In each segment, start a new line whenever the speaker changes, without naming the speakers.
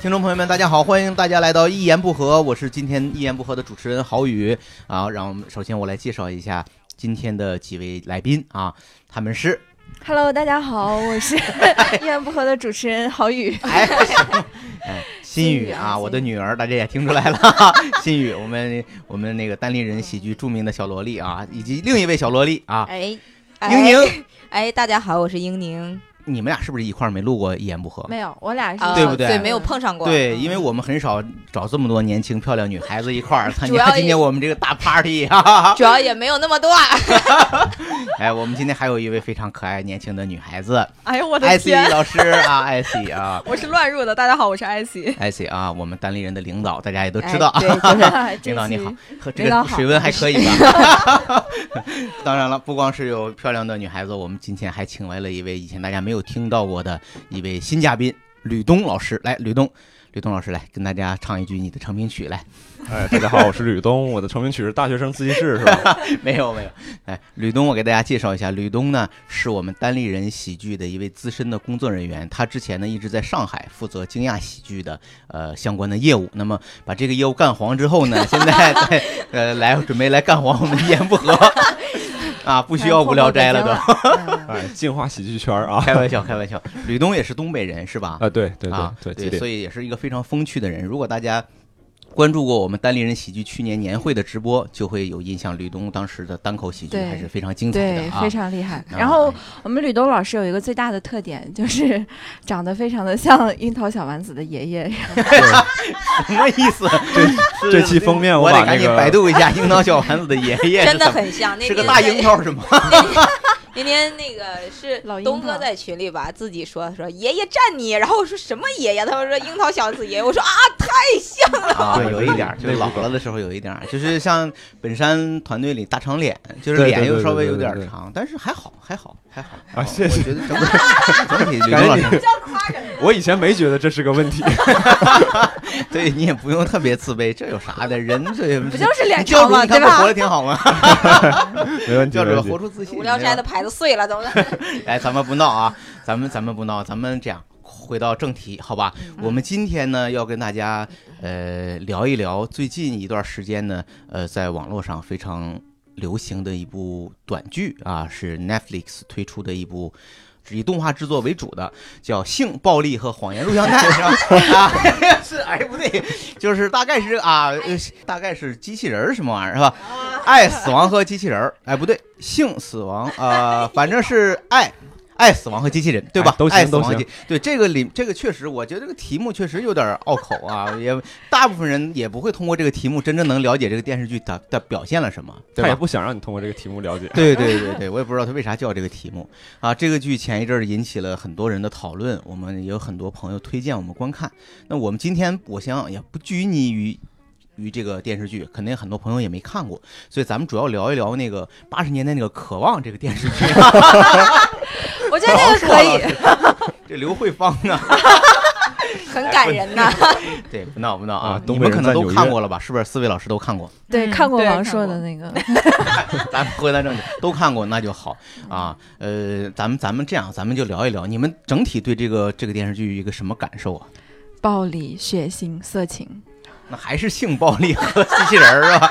听众朋友们，大家好，欢迎大家来到一言不合，我是今天一言不合的主持人郝宇啊。让我们首先我来介绍一下今天的几位来宾啊，他们是
Hello，大家好，我 是一言不合的主持人郝宇。
哎，不行哎，心
心
雨
雨
啊，
啊
我的女儿，大家也听出来了，心雨，我们我们那个单立人喜剧著名的小萝莉啊，以及另一位小萝莉啊，
哎，
英宁，
哎，大家好，我是英宁。
你们俩是不是一块儿没录过一言不合？
没有，我俩是
啊，
对不对
没有碰上过。
对，
嗯
因为我们很少找这么多年轻漂亮女孩子一块儿参
主要
加
也
今天我们这个大 party 啊！
主要也没有那么多。啊
哎，我们今天还有一位非常可爱年轻的女孩子
哎呦我的
，I C
天，
老师啊，I C 啊
我是乱入的。大家好，我是艾希。
，I C 啊，我们单立人的领导，大家也都知道啊。
哎 对，就是
领导你好， 和这
领导
个
好
水温还可以吧？ 当然了，不光是有漂亮的女孩子，我们今天还请来了一位以前大家没有听到过的一位新嘉宾吕东老师。来，吕东，吕东老师来跟大家唱一句你的成名曲来。
哎，大家好，我是吕东，我的成名曲是《大学生自习室》，是 吧？
没有没有，哎，吕东，我给大家介绍一下，吕东呢是我们单立人喜剧的一位资深的工作人员，他之前呢一直在上海负责惊讶喜剧的呃相关的业务，那么把这个业务干黄之后呢，现在在 呃来准备来干黄我们一言不 合啊，不需要无聊斋了都，
都。
哎，净化喜剧圈儿啊！
开玩 笑开玩笑，吕东也是东北人是吧？
啊，对对
啊，
对吉林
所以也是一个非常风趣的人。如果大家关注过我们单立人喜剧去年年会的直播，就会有印象，吕东当时的单口喜剧
对
还是非常精彩的
嗯对，
啊，
非常厉害。
啊
然后我们吕东老师有一个最大的特点，就是长得非常的像樱桃小丸子的爷 爷。
什么意思？这
这期封面
我
我
得
把
赶
那
紧
个
百度一下樱桃小丸子的爷 爷，
真的很像。那
是个
天
大樱桃是 吗？
那天那个是
老樱桃
东哥在群里吧，自己说说爷爷站你，然后我说什么爷爷？他们说樱桃小子爷爷，我说啊，太像了。
啊，
对
有一点儿，
那
就是
不
老
懂
了的时候有一点儿，就是像本山团队里大长脸，就是
对对
脸又
对
稍微
对
有
对
点儿
对
长，但是还好，还好，还好
啊谢
我
谢
觉得整体整 体吕东老
赶
师，
紧我以前没觉得这是个 问题，
对你也不用特别自卑，这有啥的？人这
不就是脸
你教
长
主
吗
你看
对
不
吧
活得挺好吗？
没问题，
教
没
主
问题
活。出自信。
无聊斋的
没
牌子碎了，怎 么的？
有哎，咱们不闹啊，咱们咱们不闹，咱们这样回到正题，好吧？
嗯
我们今天呢要跟大家呃聊一聊最近一段时间呢，呃，在网络上非常流行的一部短剧啊，是 Netflix 推出的一部。以动画制作为主的叫《性暴力和谎言录像带》是吧？ 啊，是哎不对，就是大概是啊，呃大概是机器人儿什么玩意儿是吧？爱死亡和机器人儿，哎不对，性死亡呃，反正是爱爱死亡和机器人对吧？
哎都行
爱死亡和
都行
机对这个里这个确实，我觉得这个题目确实有点拗口啊，也大部分人也不会通过这个题目真正能了解这个电视剧它它表现了什么，对
他也
吧？
不想让你通过这个题目了解。
对对对 对，我也不知道它为啥叫这个题目啊。这个剧前一阵儿引起了很多人的讨论，我们也有很多朋友推荐我们观看。那我们今天我想也不拘泥于。于这个电视剧，肯定很多朋友也没看过，所以咱们主要聊一聊那个八十年代那个《渴望》这个电视剧。
我觉得那个可以，
这刘慧芳啊，
很感人 呐。
对，不闹不闹啊
啊！
你
东北
们可
人
能
在
都
纽约
看过了吧？是不是四位老师都看过？
对，
嗯
看过
对
王
看
朔
过
的那个，
咱们回到正题，都看过那就好啊。呃，咱们咱们这样，咱们就聊一聊，你们整体对这个这个电视剧一个什么感受啊？
暴力、血腥、色情。
那还是性暴力和机器人儿啊？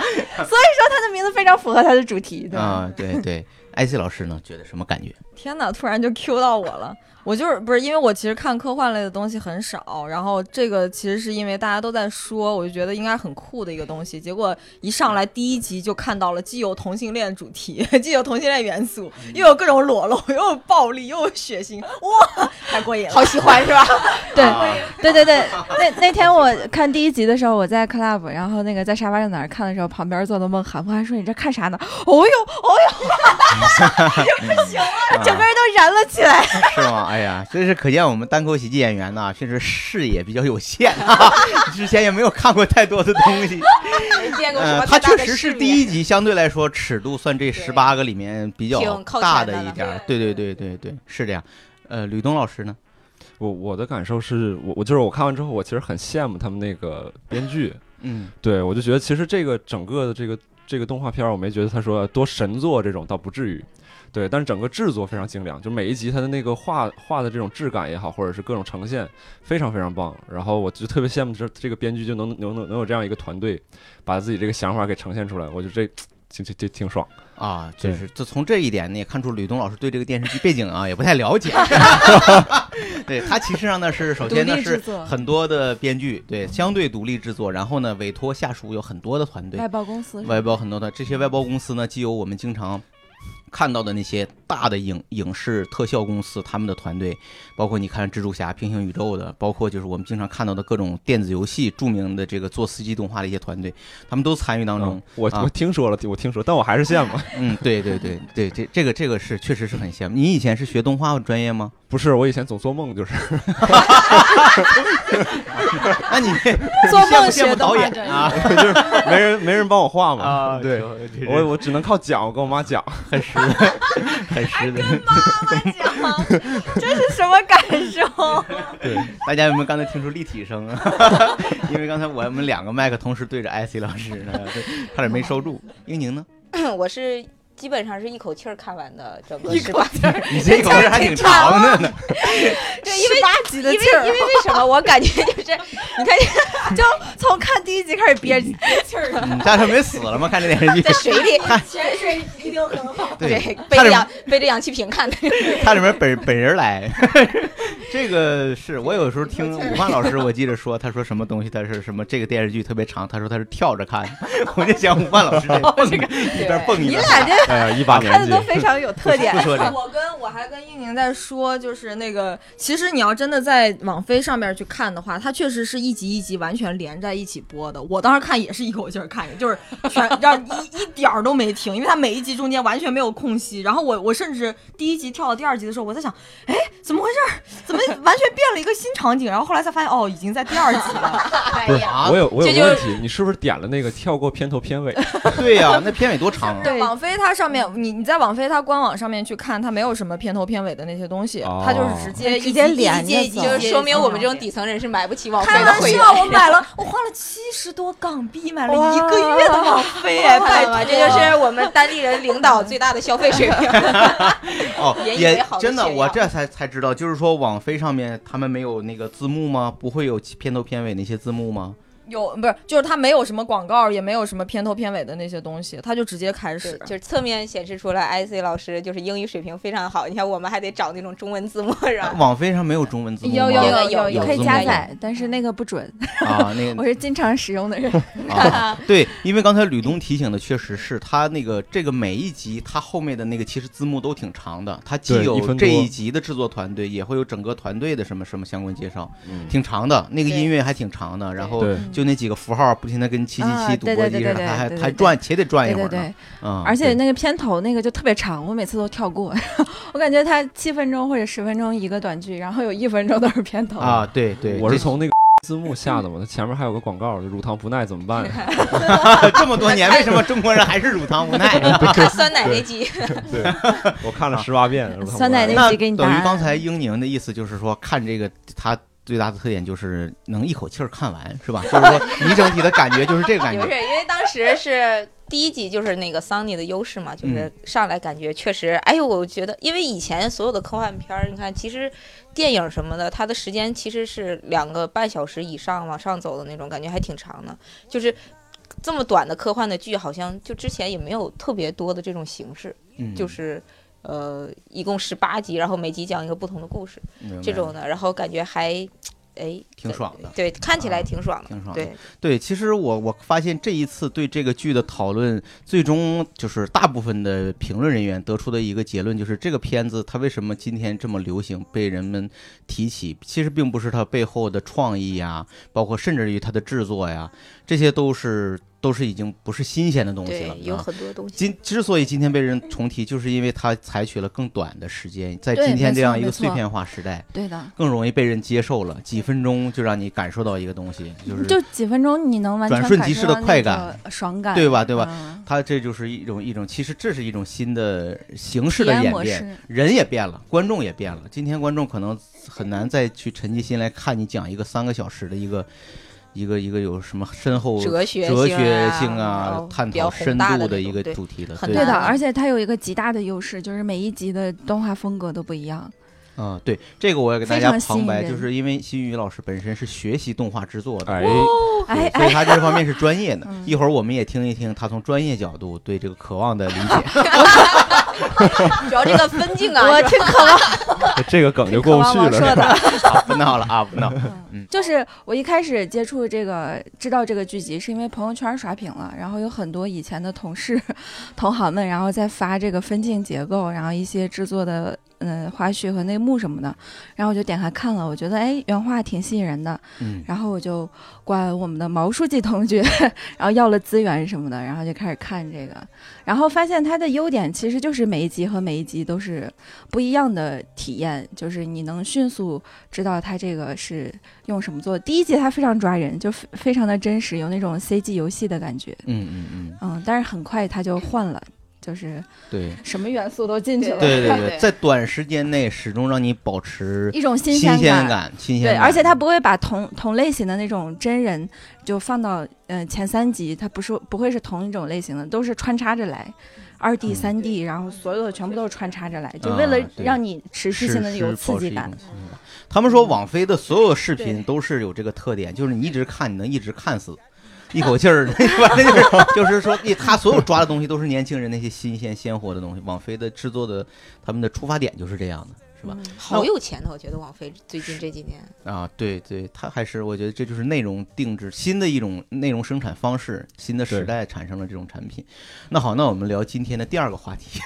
他的名字非常符合他的主题，对吧？
啊，对对。艾希老师呢，觉得什么感 觉？
天哪！突然就 Q 到我了。我就是不是因为我其实看科幻类的东西很少，然后这个其实是因为大家都在说，我就觉得应该很酷的一个东西。结果一上来第一集就看到了既有同性恋主题， 既有同性恋元素，又有各种裸露，又有暴力，又有血腥，哇，太过瘾了！
好喜欢是吧？
对
啊
对对对，那那天我看第一集的时候，我在 club，然后那个在沙发上哪儿看的时候，旁边坐的孟涵，孟涵说：“你这看啥呢？”哦呦，哦
啊
呦，整个人都燃了起来。
啊是吗？哎呀，这是可见我们单口喜剧演员呐，确实视野比较有限啊， 之前也没有看过太多的东西。
没见过什
呃，
么
它
太大
确
的
实是
世面
第一集，相对来说尺度算这十八个里面比较
挺靠
大
前
的
的
一
了
点儿。对对对对对，是这样。呃，吕东老师呢？
我我的感受是我我就是我看完之后，我其实很羡慕他们那个编剧，
嗯，
对我就觉得其实这个整个的这个这个动画片儿，我没觉得他说多神作这种倒不至于，对，但是整个制作非常精良，就每一集它的那个画画的这种质感也好，或者是各种呈现，非常非常棒。然后我就特别羡慕这这个编剧就能能能能有这样一个团队，把自己这个想法给呈现出来，我觉得这挺挺挺挺爽。
啊，就
对
是就从这一点，你也看出吕东老师对这个电视剧背景啊也不太了 解。对他其实上呢是首
独
先呢
立制
是
作，
很多的编剧，对相对独立制作，然后呢委托下属有很多的团队，
外包公司是吧
外包很多的这些外包公司呢，既有我们经常看到的那些大的影影视特效公司他们的团队，包括你看蜘蛛侠、平行宇宙的，包括就是我们经常看到的各种电子游戏著名的这个做司机动画的一些团队，他们都参与当中。
嗯我
啊
我听说了，我听说，但我还是羡慕。
嗯，对对对对，这这个这个是确实是很羡慕。你以前是学动画专业吗？
不是，我以前总做梦，就是
那你
做
你羡
梦
慕羡
学
慕
动
导
画
演
专业
啊
就是没人没人帮我画嘛。 对，
我
我
我
我只能靠讲，我跟我妈讲。
很实很实的。
妈妈讲，这是什么感受？
对，大家有没有刚才听出立体声啊？ 因为刚才我们两个麦克同时对着 IC 老师呢，对差点没收住。英 宁呢？
我是基本上是一口气儿看完的整个十八集，
你这口气还挺长的
啊
呢。
对，因为
八级
因为因为为什么我感觉 就是你看
从看第一集开始憋气，
你嗯大帅没死了吗？看这电视 剧
在，水里，
潜水一定很好。
对，
背
差
着
点
氧背着氧气瓶看的，
差点本本人来。这个是我有时候听武汉老师，我记着说，他说什么东西，他是什么这个电视剧特别长，他说他是跳着看， 我就想武汉老师这蹦 一边 蹦一
你
边
俩这
哎呀，一把年
看
纪
的都，非常有特点
不。 说这个
我跟我还跟应宁在说，就是那个，其实你要真的在网飞上面去看的话，它确实是一集一集完全连在一起播的。我当时看也是一口气儿看，就是 全让一一点儿都没停，因为它每一集中间完全没有空隙。然后我我甚至第一集跳到第二集的时候，我在想，哎，怎么回事儿？怎么完全变了一个新场景？然后后来才发现，哦，已经在第二集了。
哎
不是
呀，
啊
我，有我有
这
个
就
问题，你是不是点了那个跳过片头片尾？
对呀、那片尾多长 啊？
对，网飞它上面，你你在网飞它官网上面去看，它没有什么片头片尾的那些东西，
哦
它就是直接
直接连
连
着走
就是说明我们这种
底。
底层人是买不起网费
开
的
玩
会员。
笑，我买了，我花了七十多港币买了一个月的网 飞哎，拜托，
拜托，啊这就是我们当地人领导最大的消费水平。
哦，
引以为
也
豪的
真的，
啊
炫耀
我这才才知道，就是说网飞上面他们没有那个字幕吗？不会有片头片尾那些字幕吗？
有不是就是它没有什么广告，也没有什么片头片尾的那些东西，它就直接开
对
始，。
就是侧面显示出来，IC 老师就是英语水平非常好。你看，我们还得找那种中文字幕，是吧？
网飞上没有中文字幕吗？
啊有
有
有
有
有
可以
字幕
加
有
载，但是那个不准。
啊，那
我
个
是经常使用的人，
啊，对，因为刚才吕东提醒的确实是他那个这个每一集他后面的那个其实字幕都挺长的，他既
对一
有
分多
这一集的制作团队，也会有整个团队的什么什么相关介绍，
嗯，
挺长的，那个
对
音乐还挺长的，然后
对。
就那几个符号不停的跟七七
啊
七
对
赌
对
博
对
机
对
似的，
对
他还
对
还
对
转且得转一
对
会
对
儿呢，
对，
嗯，
而且
对
那个片头那个就特别长，我每次都跳过。 我感觉它七分钟或者十分钟一个短剧，然后有一分钟都是片头。
啊，对对，
我是
这
从那个 字幕下的嘛，它前面还有个广告，就乳糖不耐怎么办？
这么多年，为什么中国人还是乳糖不耐
啊
呢？
看酸奶那集，
对，我看了十八遍。乳糖不耐
酸奶那
那
集给你答
等
案
于刚才英宁的意思就是说，看这个它最大的特点就是能一口气儿看完，是吧？就是 说你整体的感觉就是这个感
也不
觉。
是因为当时是第一集，就是那个桑尼的优势嘛，
嗯
就是上来感觉确实，哎呦，我觉得，因为以前所有的科幻片儿，你看其实电影什么的，它的时间其实是两个半小时以上往上走的那种，感觉还挺长的，就是。这么短的科幻的剧，好像就之前也没有特别多的这种形式。
嗯，
就是呃，一共十八集，然后每集讲一个不同的故事，
明白
这种的，然后感觉还哎
挺爽的。
对，看起来挺爽的，
啊挺爽的
对，
对，其实我我发现这一次对这个剧的讨论，最终就是大部分的评论人员得出的一个结论，就是这个片子它为什么今天这么流行，被人们提起，其实并不是它背后的创意呀，包括甚至于它的制作呀，这些都是都是已经不是新鲜的东西了
对，。有
啊
很多东西。
今之所以今天被人重提，就是因为它采取了更短的时间，在
对
今天
没
这
错
样一个
没错
碎片化时代，
对的，
更容易被人接受了。几分钟就让你感受到一个东西，就是
就几分钟你能完全
转瞬即逝的快感
感受到那种爽感，嗯
对吧对吧
吧？
它这就是一种一种，其实这是一种新的形式
体
的
验
演
模
变，
式，
人也变了，观众也变了。今天观众可能很难再去沉浸心来看你讲一个三个小时的一个一个一个有什么深厚
哲学
哲学
性啊
性
然
啊
后、
探
比较
讨
宏
深
大的
度的
那
一
种
个
对
主题的，
很
对
对的，
难
而且它有一个极大的优势，就是每一集的动画风格都不一样。
嗯，对，这个我也给大
非
家
常吸
旁
引
白，
人
就是因为新宇老师本身是学习动画制作的，
哎，
哎
所以
哎，。
他这方面是专业的
嗯
一会儿我们也听一听他从专业角度对这个渴望的理 解。
主要这个分镜啊，
我
是吧
挺渴望，
这个梗就过不去
王 说
了。
的，
啊不闹了啊，不 闹。
嗯就是我一开始接触这个，知道这个剧集是因为朋友圈刷屏了，然后有很多以前的同事、 同行们，然后在发这个分镜结构，然后一些制作的嗯花絮和内幕什么的，然后我就点开看了，我觉得哎原画挺吸引人的，
嗯，
然后我就管我们的毛书记同学， 然后要了资源什么的，然后就开始看这个，然后发现它的优点其实就是每一集和每一集都是不一样的体验，就是你能迅速知道它这个是用什么做。第一集它非常抓人，就非非常的真实，有那种 CG 游戏的感觉，
嗯嗯嗯，
嗯，但是很快它就换了，就是
对
什么元素都进去了，
对对对，
对
在短时间内始终让你保持
一种新
新
鲜
鲜感，新鲜
对，
感。
而且他不会把同同类型的那种真人就放到呃前三集，他不是不会是同一种类型的，都是穿插着来，二 D、
嗯
三 D，然后所有的全部都是穿插着来，就
啊
为了
对
让你持续
是
性的有
是
刺
保
激
持一
感
种。新鲜感他们说网飞的所有视频都是有这个特点，就是你一直看，你能一直看死。一口气儿， 反正就是就是说，他所有抓的东西都是年轻人那些新鲜鲜活的东西。网飞的制作的，他们的出发点就是这样的，是吧？
好有钱的，我觉得王菲最近这几年，
啊，对对，它还是我觉得这就是内容定制新的一种内容生产方式，新的时
对
代产生了这种产品。那好，那我们聊今天的第二个话 题，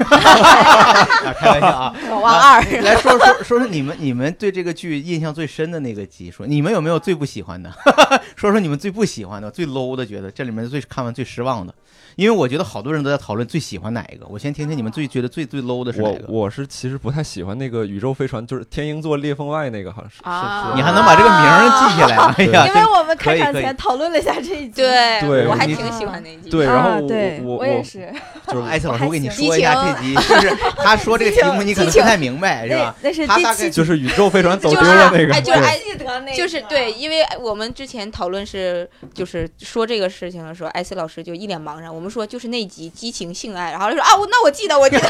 啊开玩笑啊，
嗯
渴望二，
来说说说说你们你们对这个剧印象最深的那个集数，你们有没有最不喜欢的？ 说说你们最不喜欢的、最 low 的，觉得这里面最看完最失望的。因为我觉得好多人都在讨论最喜欢哪一个，我先听听你们最觉得最最 low 的是哪
我
个。
我是其实不太喜欢那个宇宙飞船，就是天鹰座裂缝外那个，好像是。
啊
你还能把这个名儿记下来？哎呀，
因
真
为我们开
可以
场
可以
前讨论了一下这一集，
对，
对
我还
你
挺喜欢那一集。
对，然
啊
后，我
对，
我
也是。
就是
艾特老师，我给你
还
行
说一下这集，就是他说这个题目你可能不太明白，是
那
吧？
那是
哎他
第
大概
七集，
就是宇宙飞船走
就
丢
是
了那个，
哎，就是
对
哎，
记得那
就是对，因为我们之前讨论是，就是说这个事情的时候，艾希老师就一脸茫然。我们说就是那集激情性爱，然后他说啊，我那我记得，我记 得。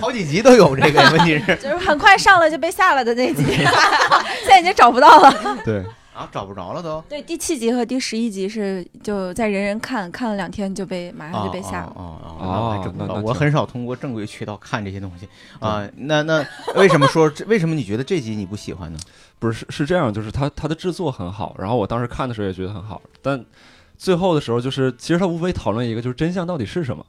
好几集都有这个，问题是
就是很快上了就被下了的那 集，现在已经找不到了。
对，
啊，找不着了都。
对，第七集和第十一集是就在人人看看了两天就被马上就被下了。
哦哦
哦
还真不
那
知道
那
我
挺
很少通过正规渠道看这些东西啊。那那为什么说这为什么你觉得这集你不喜欢呢？
不是是是这样，就是它它的制作很好，然后我当时看的时候也觉得很好，但最后的时候就是其实它无非讨论一个就是真相到底是什么，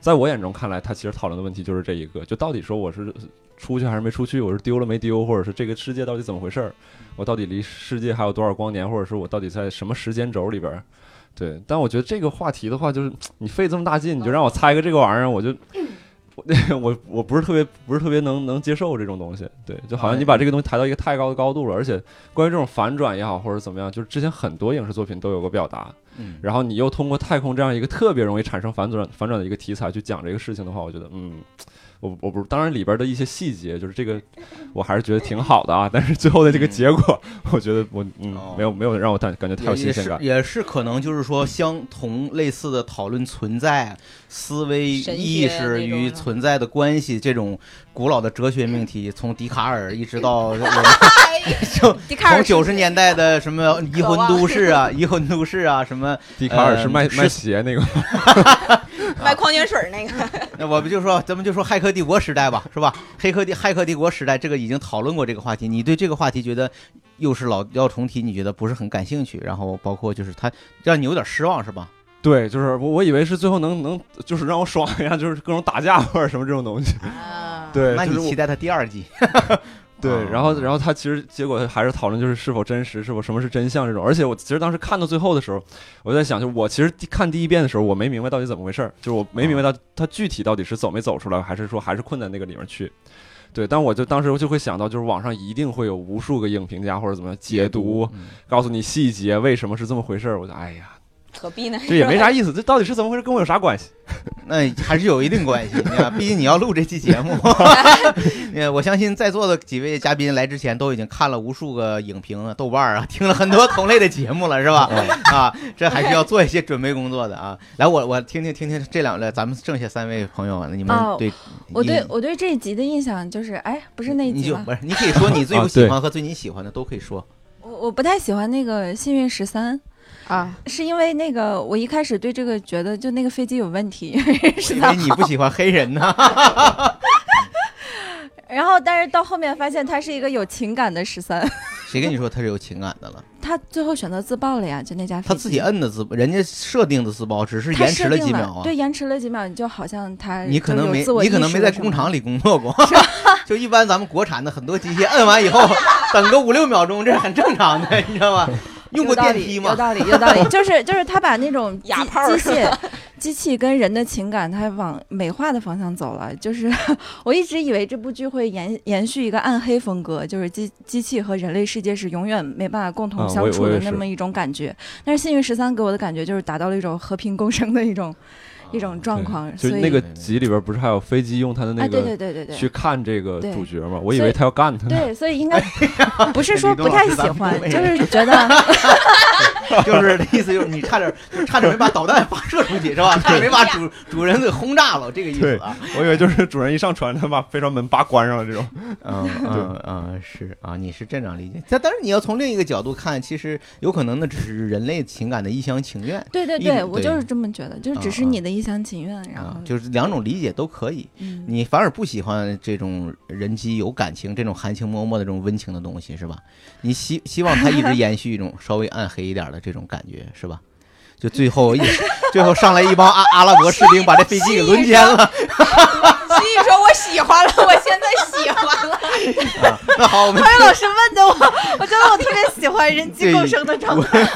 在我眼中看来，它其实讨论的问题就是这一个，就到底说我是出去还是没出去，我是丢了没丢，或者是这个世界到底怎么回事儿，我到底离世界还有多少光年，或者是我到底在什么时间轴里边儿。对，但我觉得这个话题的话，就是你费这么大劲，你就让我猜个这个玩意儿，我就 我我我不是特别不是特别能能接受这种东西。对，就好像你把这个东西抬到一个太高的高度了，而且关于这种反转也好，或者怎么样，就是之前很多影视作品都有过表达，
嗯，
然后你又通过太空这样一个特别容易产生反转反转的一个题材去讲这个事情的话，我觉得嗯。我我不当然里边的一些细节，就是这个， 我还是觉得挺好的啊。但是最后的这个
嗯
结果，我觉得我嗯
哦
没有没有让我感感觉太有
也
新
也
鲜
是
感。
也是可能就是说相同类似的讨论存在、思维
神学
意识
那种
与
的
存在的关系这种古老的哲学命题，从笛卡尔一直 到我们就
迪卡
从
尔
九十年代的什么移魂都市 啊、移魂都市啊，什么
笛卡尔
呃
是卖
是
卖鞋那个，
卖矿泉水那个，
那我们就说，咱们就说骇客帝国时代吧，是吧？黑客帝骇客帝国时代，这个已经讨论过这个话题。你对这个话题觉得又是老要重提，你觉得不是很感兴趣，然后包括就是它让你有点失望，是吧？
对，就是我我以为是最后能能就是让我爽一下，就是各种打架或者什么这种东西。
啊，
对，
那
就是
你
我
期待它第二季？
对，然后然
后
后他其实结果还是讨论就是是否真实，是否什么是真相这种。而且我其实当时看到最后的时候，我在想，就我其实第看第一遍的时候，我没明白到底怎么回事儿，就是我没明白到他具体到底是走没走出来，还是说还是困在那个里面去。对，但我就当时我就会想到，就是网上一定会有无数个影评家或者怎么样解读，
嗯
告诉你细节为什么是这么回事儿。我就哎呀，
何必呢？
这也没啥意思，这到底是怎么回事？跟我有啥关系？
那还是有一定关系，你看，毕竟你要录这期节 目，呃，我相信在座的几位嘉宾来之前都已经看了无数个影评啊、豆瓣儿啊，听了很多同类的节目了，是
嗯
吧？啊，这还是要做一些准备工作的啊。来，我我听听听听这两位，咱们剩下三位朋友，啊你们
哦
对，
我
你
对我对这一集的印象就是，哎，不是那一
你
集
就
吗？
不是，你可以说你最不
啊对
喜欢和最你喜欢的都可以 说。
我我不太喜欢那个《幸运十三》，
啊，
是因为那个我一开始对这个觉得就那个飞机有问题，
我以为你不喜欢黑人呢。
然后但是到后面发现他是一个有情感的十三，
谁跟你说他是有情感的了？
他最后选择自爆了呀，就那架飞机
他自己摁的自，人家设定的自爆，只是
他
延迟
设
了
定
几秒啊。
对，延迟了几秒，你就好像他
你可能
哎就有
没
自我，
你可
意
能
识
没
了
在
什么
工厂里工作过。 就一般咱们国产的很多机械，摁完以 后等个五六秒钟，这是很正常的，你知道吗？用过电梯
有
吗？
道理，有道理，有道理就是就是他把那种机
哑炮儿
机械、机器跟人的情感，他往美化的方向走了。就是 我一直以为这部剧会延延续一个暗黑风格，就是机机器和人类世界是永远没办法共同
啊我
相
也
处
我
的
也
那
是
么一种感觉。但是《幸运十三》给我的感觉就是达到了一种和平共生的一种
哦
一种状况，
就
所以
那个集里边不是还有飞机用它的那
啊，对对
个
对对对
去。看这个
对
主角吗？我以
所以
为他要干他呢。
对，所以应该
哎
不是说
李东
不
老
太
师
喜
咱们
欢
东，北
就
人
是觉 得
就是 意思就是你差点差点没把导弹发射出去是 吧？差点没把主主人给轰炸了，这个意思啊。
我以为就是主人一上船，他把飞船门叭关上了这 种。
嗯嗯嗯，是啊，你是这样理解。但但是你要从另一个角度看，其实有可能那只是人类情感的一厢情愿。
对对
一
对，
种
我
对
就是这么觉得，就是只是
啊啊
你的一厢情愿，然后
啊，就是两种理解都可以。
嗯
你反而不喜欢这种人机有感情、这种含情脉脉的这种温情的东西，是吧？你希希望它一 直延续一种稍微暗黑一点的这种感觉，是吧？就最后一 最后上来一帮阿阿拉伯士兵，把这飞机给轮奸了。
所以说我喜欢了，我现在喜欢了。
那好，我们
潘老师问的我，我觉得我特别喜欢人机
对
共生的状态。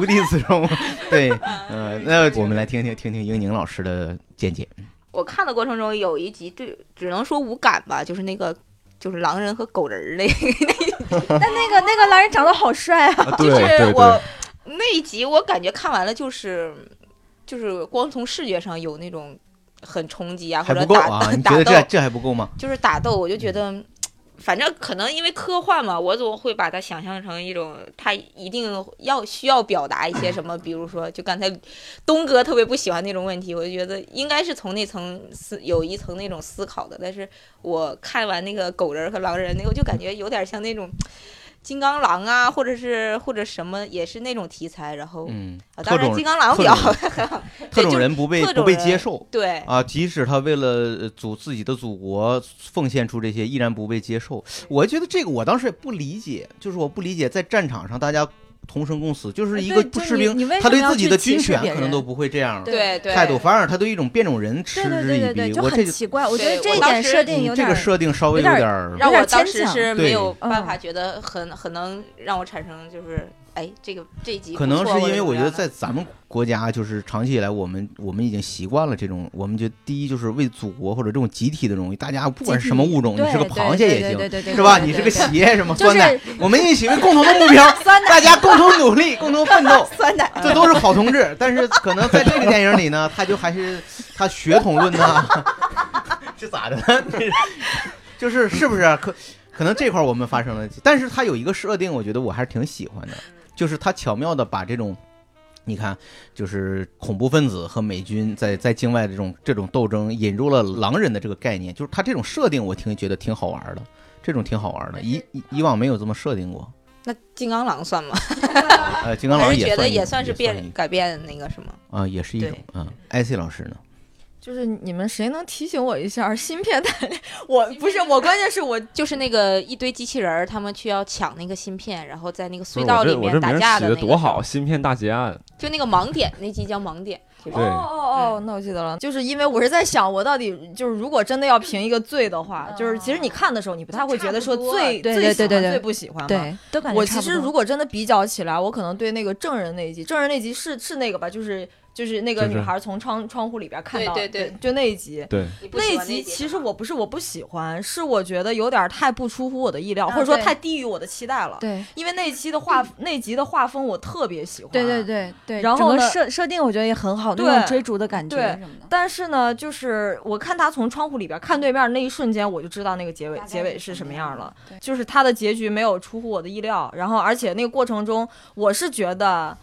无地自容。 对，呃，
嗯
那我们来听听听听英宁老师的见解。
我看的过程中有一集对，只能说无感吧，就是那个就是狼人和狗人儿那
但那个那个狼人长得好帅啊！
对
就是
对
我
对，
那一集，我感觉看完了就是就是光从视觉上有那种很冲击啊，
还
或者
不够
打、
啊？你觉
打
得这
斗，嗯
这还不够吗？
就是打斗，我就觉得。反正可能因为科幻嘛，我总会把它想象成一种，它一定要需要表达一些什么，比如说，就刚才东哥特别不喜欢那种问题，我就觉得应该是从那层思有一层那种思考的。但是我看完那个狗人儿和狼人那个，我就感觉有点像那种金刚狼啊，或者是或者什么，也是那种题材。然后、
嗯，
啊，
特
当然
种
金刚狼
特
比较
种
很好
特
对
种
就
人不被
特
不
种
被
人
接受。
对。
啊，即使他为了呃祖自己的祖国奉献出这些，依然不被接受。我觉得这个我当时也不理解，就是我不理解在战场上大家同生共死，就是一个
哎对就
士
你
兵，
你为
他
什么
对
要
自己
去
的
歧
军
视
权
别
可能
人
都不会这样
对
对对，
态度，反而他对一种变种人
对
嗤
对
之
对
以
对对，
鼻。
就
我这
很
就
奇怪，我觉
对
得这
我
一
当
点
时
设定
嗯
有
这
点
个
儿
设定稍微
有点儿
点儿
让
有点
我当时
牵强
是没有
对
办法
嗯
觉得很很能让我产生就是哎，这个这一集
可
不
能
错
是
或
因
者
为我
怎么
觉
样
得
的
在咱们国家，就是长期以来，我们我们已经习惯了这种，我们觉得第一就是为祖国或者这种集体的荣誉，大家不管是什么物种，你
对
是个
对
螃
对
蟹
对
也
对
行，
对对对
是吧？
对
你
对
是个
对
鞋什么
就
酸奶
是，
我们一起为共同的目 标，大家共同努力，共同奋斗，
酸奶，
这都是好同志。但是可能在这个电影里呢，他就还是他血统论呢， 是咋的呢？ 就是是不是啊可可能这块儿我们发生了，但是他有一个设定，我觉得我还是挺喜欢的，就是他巧妙的把这种。你看，就是恐怖分子和美军在在境外的这种这种斗争，引入了狼人的这个概念，就是他这种设定，我挺觉得挺好玩的，这种挺好玩的，以以以往没有这么设定过。
那金刚狼算吗？
呃，金刚
还
狼
是觉得
算
也
也
算是
一
变
个
改变那个什么？
啊，也是一种
对
嗯。艾 C 老师呢？
就是你们谁能提醒我一下芯片代理？我不是我，关键是我
就是那个一堆机器人儿，他们去要抢那个芯片，然后在那个
不
隧
是
道
我
里
这我
面
这名
打
儿
架
起
那
的
个
多好，芯片大劫案。
就那个盲点，那集叫盲 点。
哦哦哦，那我记得了，就是因为我是在想，我到底就是如果真的要评一个罪的话，就是其实你看的时候，你不太会觉得说最
对
最喜欢
对对对
最不喜欢嘛。
对，都感觉
我
差
其
不
实
多
如果真的比较起来，我可能对那个证人那一集，证人那集是是那个吧，就是
就是那个
就是
女孩从窗窗户里边看
对
到，
对对
就那一集。
对，
你不
那
喜
一
欢集
集其
吗
实我不是我不喜欢，是我觉得有点太不出乎我的意料，
啊
或者说
对
太低于我的期待了。
对
因为那一期的画那集的画风我特别喜欢。
嗯对对。对对，
然
整
后
个
呢
设设定我觉得也很好，那
对
种追逐的感觉
对
什么的。
但是呢，就是我看他从窗户里边看对面那一瞬间，我就知道那个结尾
大概
结尾
是
是
什
什
么
么
样
样
的
了
对。
就是他的结局没有出乎我的意料，然后而且那个过程中，我是觉得，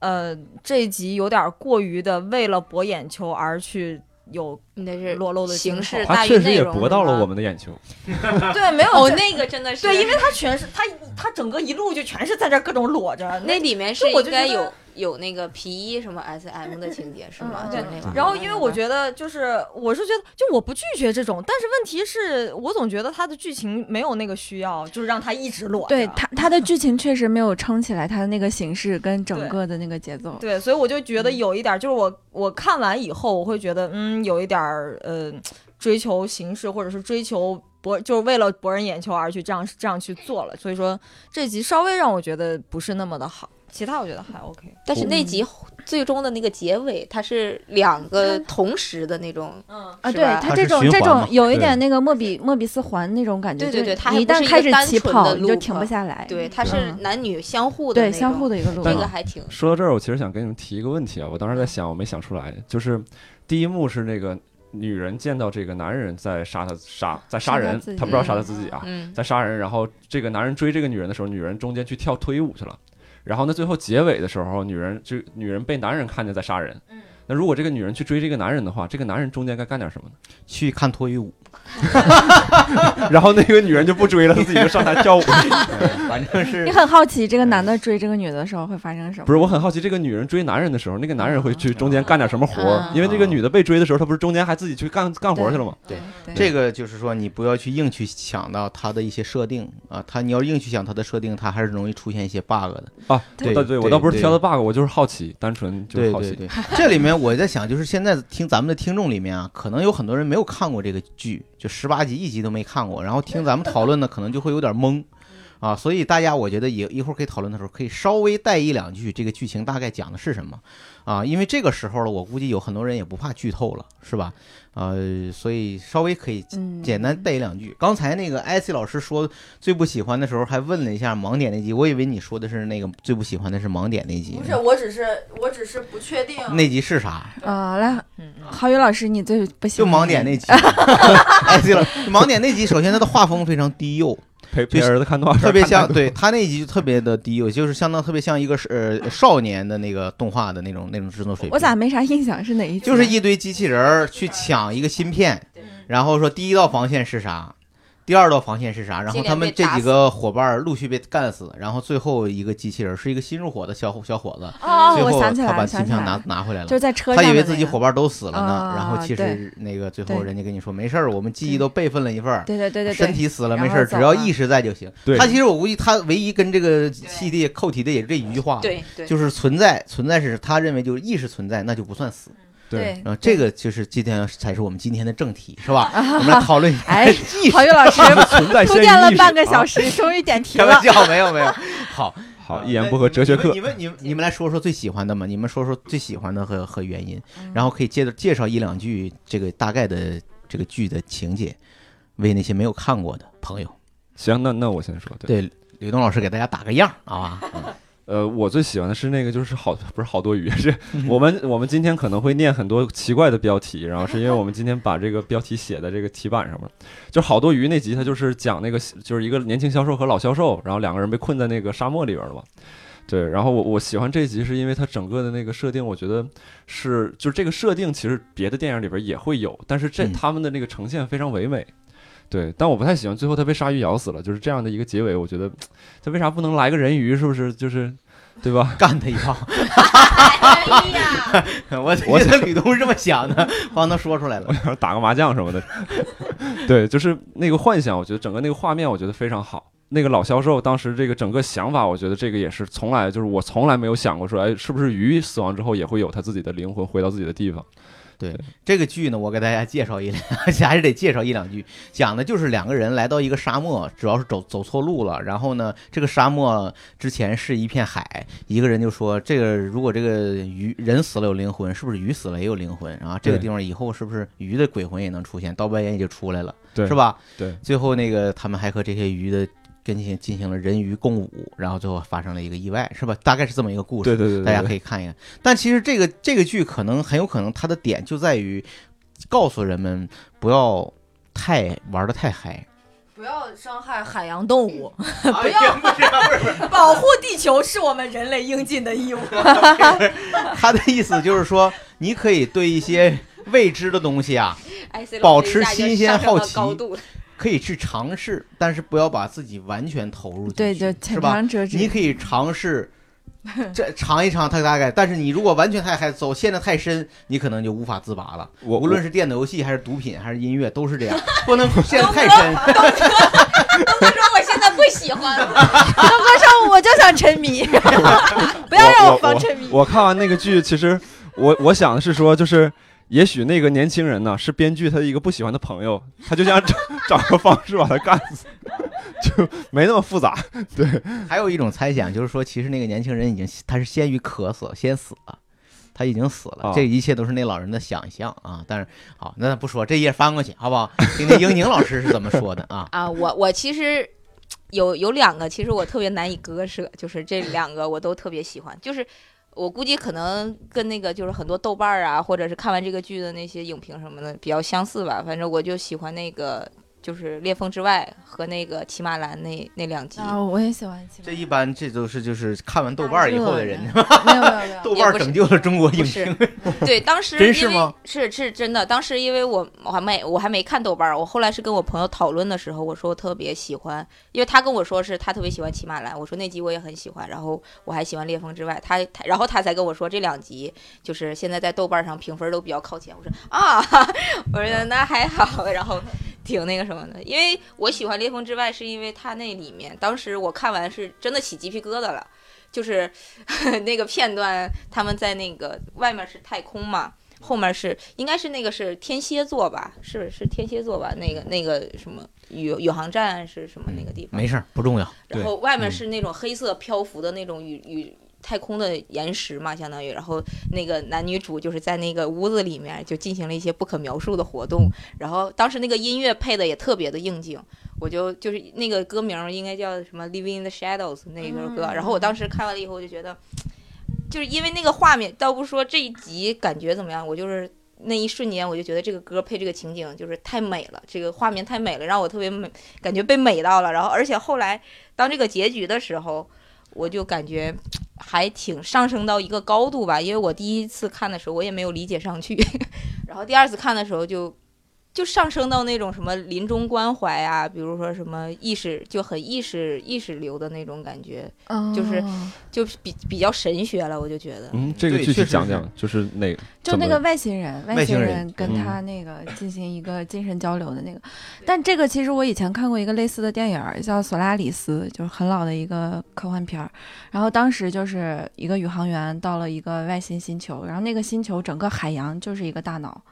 呃，这一集有点过于的为了博眼球而去有
你那是
裸露的
嗯形
镜
式
头
他
大于
确实
内
也
容
博到
是吗
了我们的眼球。
对没有
哦，
这
那个真的是
对，因为他全是他他整个一路就全是在这儿各种裸着
那里面是
就我
应
就
该
觉得
有有那个皮衣什么 S M 的情节是吗？
嗯嗯
就
对
那个。
然后，因为我
得
觉得，就是我是觉得，就我不拒绝这种，但是问题是我总觉得它的剧情没有那个需要，就是让他一直裸着。
对它它的剧情确实没有撑起来，它的那个形式跟整个的那个节奏。
对，所以我就觉得有一点儿，就是我我看完以后，我会觉得，嗯，有一点儿呃，追求形式或者是追求博，就是为了博人眼球而去这样这样去做了。所以说这集稍微让我觉得不是那么的好，其他我觉得还 OK。
但是那集最终的那个结尾，它是两个
嗯
同时的那种，
嗯，
啊，
是
对
吧
它
它
这
是
种
循
这
环
种
嘛
有一点
对
那个莫比莫比斯环那种感觉，
对
就是
对对它
你
还
一
不
旦
是一
开
个
始
单
起
纯
跑，
的
你就
loop
停不下来。
对，它
嗯
是男女相互的那
对
种，
相互的一个路。
这
但
个还挺
说到这儿，我其实想给你们提一个问题啊，我当时在想，我没想出来，就是第一幕是那个女人见到这个男人在杀他杀在杀
杀
人
他自，己
她不知道杀他自己啊，
嗯，
在杀人，然后这个男人追这个女人的时候，女人中间去跳脱衣舞去了。然后呢，最后结尾的时候，女人就女人被男人看见在杀人。
嗯
那如果这个女人去追这个男人的话，这个男人中间该干点什么呢？
去看脱衣舞，
然后那个女人就不追了，她自己就上台跳舞。
反正是
你 很好奇这个男的追这个女的时候会发生什么？
不是，我很好奇，这个女人追男人的时候，那个男人会去中间干点什么活儿
啊？
嗯
因为
嗯
这个女的被追的时候，她不是中间还自己去干干活去了吗？
对
对
这个，就是说你不要去硬去想到它的一些设定啊，它你要硬去想它的设定，它还是容易出现一些 bug 的。
啊，
对
对我倒不是
对
挑的 bug，我就是好奇，单纯就是
对
好
对
奇。
对，这里面我在想，就是现在听咱们的听众里面啊，可能有很多人没有看过这个剧，就十八集一集都没看过，然后听咱们讨论呢，可能就会有点懵。
嗯
啊，所以大家我觉得也一会儿可以讨论的时候，可以稍微带一两句这个剧情大概讲的是什么啊，因为这个时候了，我估计有很多人也不怕剧透了，是吧？呃，所以稍微可以
嗯，
简单带一两句。刚才那个艾希老师说最不喜欢的时候，还问了一下盲点那集，我以为你说的是那个最不喜欢的是盲点那集，
不是，我只是我只是不确定。
那集是啥？
啊，来，
嗯
郝宇老师，你最不喜
就
欢
盲点那集， 哎，
嗯
对了，盲点那集，首先它的画风非常低幼，
陪陪儿子看动画片，
特别
看太
像，
多
对他那一集就特别的低幼，就是相当特别像一个是呃少年的那个动画的那种那种制作水平。
我咋没啥印象？是哪一集？
就是一堆机器人儿去抢一个芯片，然后说第一道防线是啥，第二道防线是啥，然后他们这几个伙伴儿陆续被干死，然后最后一个机器人儿是一个新入伙的小伙小伙子，
哦，
最
我
后
想起
他
来
把
了，
芯
想起
片
来
拿
了，
拿回来了
就。是在车
他
上的那
以
个，
为自己伙伴都死了呢，
啊
然后其实那个最后
对
人家跟你说没事儿，我们记忆都备份了一份儿，
对对对对对，
身体死了没
然
事
后
儿，
走
只要
了
意识在就行。
对
他其实我估计他唯一跟这个系列扣题的也是这一句话，
对对，
就是存在，存在是他认为就是意识存在，那就不算死。
嗯
对。
然后这个就是今天才是我们今天的正题，是 吧？我们来讨论一下
哎
意识
郝。宇老师
存在
铺
先于
垫了
意识
半个小
啊
时，终于点题
开玩
了。
笑，没有没有。好，
好，一言不合哲学课
啊你们你们你们来说说最喜欢的嘛？你们说说最喜欢的和和原因，然后可以接着介绍一两句这个大概的这个剧的情节，为那些没有看过的朋友。
行，那那我先说，对，
对，吕东老师给大家打个样儿，好吧？
呃，我最喜欢的是那个，就是好，不是好多余，是 我们我们今天可能会念很多奇怪的标题，然后是因为我们今天把这个标题写在这个题板上面，就好多余那集，它就是讲那个就是一个年轻销售和老销售，然后两个人被困在那个沙漠里边了嘛。对，然后我我喜欢这集是因为它整个的那个设定，我觉得是就是这个设定其实别的电影里边也会有，但是这
嗯
他们的那个呈现非常唯美。对，但我不太喜欢最后他被鲨鱼咬死了，就是这样的一个结尾，我觉得他为啥不能来个人鱼？是不是就是对吧？
干他一 炮！
哎呀，
我
我
觉得吕东是这么想的，帮他说出来了。
打个麻将什么的。 对，就是那个幻想，我觉得整个那个画面，我觉得非常好。那个老销售当时这个整个想法，我觉得这个也是从来就是我从来没有想过说，哎，是不是鱼死亡之后也会有它自己的灵魂回到自己的地方？
这个剧呢，我给大家介绍一两， 还是得介绍一两句。讲的就是两个人来到一个沙漠，主要是走走错路了。然后呢，这个沙漠之前是一片海，一个人就说：“这个如果这个鱼人死了有灵魂，是不是鱼死了也有灵魂？然后这个
对
地方以后是不是鱼的鬼魂也能出现？刀疤眼也就出来了，
对
是吧？”
对。
最后那个他们还和这些鱼的跟进行进行了人鱼共舞，然后最后发生了一个意外，是吧？大概是这么一个故事。
对对对对，
大家
对
可以看一看。但其实这个这个剧可能很有可能它的点就在于告诉人们不要太玩的太嗨，
不要伤害海洋动物，
不
要保护地球是我们人类应尽的义务。
他的意思就是说，你可以对一些未知的东西啊，
哎，C
保
老师
持
一下就
新鲜
上升
好
到
奇
高度了
可以去尝试，但是不要把自己完全投入进
对，
去
就是浅
吧？
尝辄止。
你可以尝试这尝一尝它大概，但是你如果完全太嗨，走陷得太深，你可能就无法自拔了。
我
无论
是
是电子游戏还是毒品还是音乐，都是这样，不能陷得太深。
他说我现在不喜欢了，？
马上 我就想沉迷，不要让我防沉迷。
我看完那个剧，其实我我想的是说，就是也许那个年轻人呢是编剧他的一个不喜欢的朋友，他就想找找个方式把他干死， 就没那么复杂。
还有一种猜想就是说，其实那个年轻人已经他是先于渴死，先死了。他已经死了
啊，
这一切都是那老人的想象啊！但是好，那咱不说，这页翻过去好不好？ 听听英宁老师是怎么说的啊
啊，我我其实有有两个，其实我特别难以割舍，就是这两个我都特别喜欢，就是。我估计可能跟那个就是很多豆瓣儿啊，或者是看完这个剧的那些影评什么的比较相似吧。反正我就喜欢那个就是《裂缝之外》和那个《骑马兰》那那两集。
啊，我也喜欢 骑马
这一般这都是就是看完豆瓣儿以后的人，
没有没有没有，
豆瓣儿拯救了中国影
不
评
是。 对，当时
真是
因为
吗？
是是真的。当时因为我我还没我还没看豆瓣儿，我后来是跟我朋友讨论的时候，我说我特别喜欢，因为他跟我说是他特别喜欢骑马兰，我说那集我也很喜欢，然后我还喜欢裂缝之外，他他然后他才跟我说这两集就是现在在豆瓣儿上评分都比较靠前，我说啊， 我说那还好，然后。挺那个什么的，因为我喜欢《裂缝之外》，是因为它那里面，当时我看完是真的起鸡皮疙瘩了，就是 那个片段，他们在那个外面是太空嘛，后面是应该是那个是天蝎座吧，是是天蝎座吧？那个那个什么宇宇航站是什么那个地 方？
嗯没事儿，不重要。
对
然后外面
嗯
是那种黑色漂浮的那种与与太空的岩石嘛，相当于。然后那个男女主就是在那个屋子里面就进行了一些不可描述的活动。然后当时那个音乐配的也特别的应景，我就就是那个歌名应该叫什么《Living in the Shadows》那一首歌。
嗯
然后我当时看完了以后，我就觉得，就是因为那个画面，倒不说这一集感觉怎么样，我就是。那一瞬间，我就觉得这个歌配这个情景就是太美了，这个画面太美了，让我特别美，感觉被美到了。然后，而且后来当这个结局的时候，我就感觉还挺上升到一个高度吧，因为我第一次看的时候我也没有理解上去， 然后第二次看的时候就就上升到那种什么临终关怀啊，比如说什么意识就很意识意识流的那种感觉，就是
哦
就比比较神学了，我就觉得。
嗯，这个
对
具
确
体
实
讲
是
讲，就是那
就
怎
那
么
个外星人，
外
外
星
星
人嗯
人跟他那个进行一个精神交流的那个。但这个其实我以前看过一个类似的电影儿，叫《索拉里斯》，就是很老的一个科幻片儿。然后当时就是一个宇航员到了一个外星星球，然后那个星球整个海洋就是一个大脑。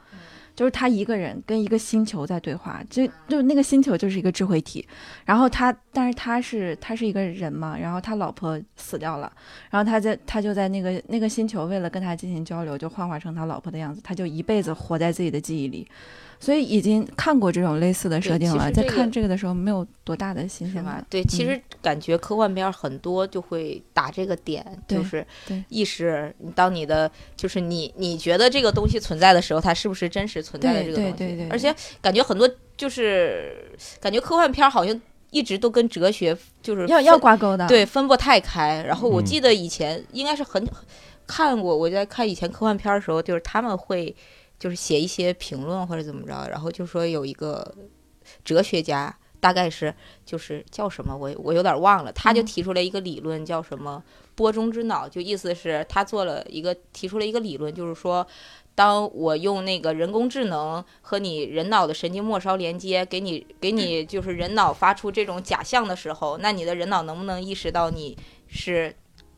就是他一个人跟一个星球在对话，就就那个星球就是一个智慧体，然后他，但是他是他是一个人嘛，然后他老婆死掉了，然后他在他就在那个那个星球，为了跟他进行交流，就幻化成他老婆的样子，他就一辈子活在自己的记忆里，所以已经看过这种类似的设定了，在
对其实这个
看这个的时候没有多大的新
是
鲜
吧
感？，
对，其实感觉科幻片儿很多就会打这个点，
对
就是
对
意识。你当你的就是你你觉得这个东西存在的时候，它是不是真实存在的
对
这个东西？
对对对对
而且感觉很多就是感觉科幻片儿好像一直都跟哲学就是
要
分
要挂钩的，
对，分不太开。然后我
嗯
记得以前应该是很看过，我在看以前科幻片儿的时候，就是他们会就是写一些评论或者怎么着，然后就说有一个哲学家，大概是就是叫什么，我我有点忘了，他就
嗯
提出来一个理论叫什么波中之脑，就意思是他做了一个提出了一个理论，就是说。当我用那个人工智能和你人脑的神经末梢连接，给你给你就是人脑发出这种假象的时候，那你的人脑能不能意识到你是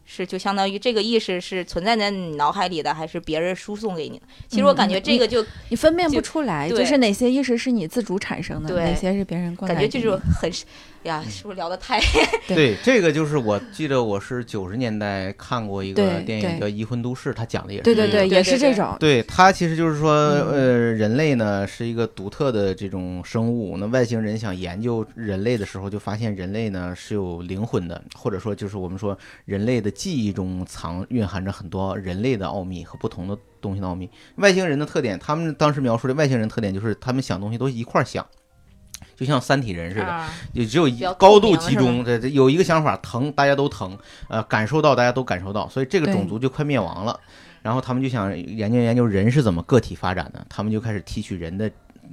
是就相当于这个意识是存在在你脑海里的，还是别人输送给你的？其实我感觉这个就
你分辨
就
不出来，
对
就是哪些意识是你自主产生的，
对
哪些是别人灌
感
溉
觉
给
就
你
是
的。
很， 哎呀，是不是聊的太
对，这个就是我记得我是九十年代看过一个
对
电
对
影叫《移魂都市》，它讲的也是
对对
这个
对，也
嗯对
是
对
这
对
种。
对它其实就是说，呃，人类呢是一个独特的这种生物。那外星人想研究人类的时候，就发现人类呢是有灵魂的，或者说就是我们说人类的记忆中藏蕴含着很多人类的奥秘和不同的东西的奥秘。外星人的特点，他们当时描述的外星人特点就是他们想东西都一块儿想，就像三体人似的，
啊？
也只有一
比较
高
透
度
明
集
是吧
中，这这有一个想法，疼大家都疼，呃，感受到大家都感受到，所以这个
对
种族就快灭亡了。然后他们就想研究研究人是怎么个体发展的，他们就开始提取人的，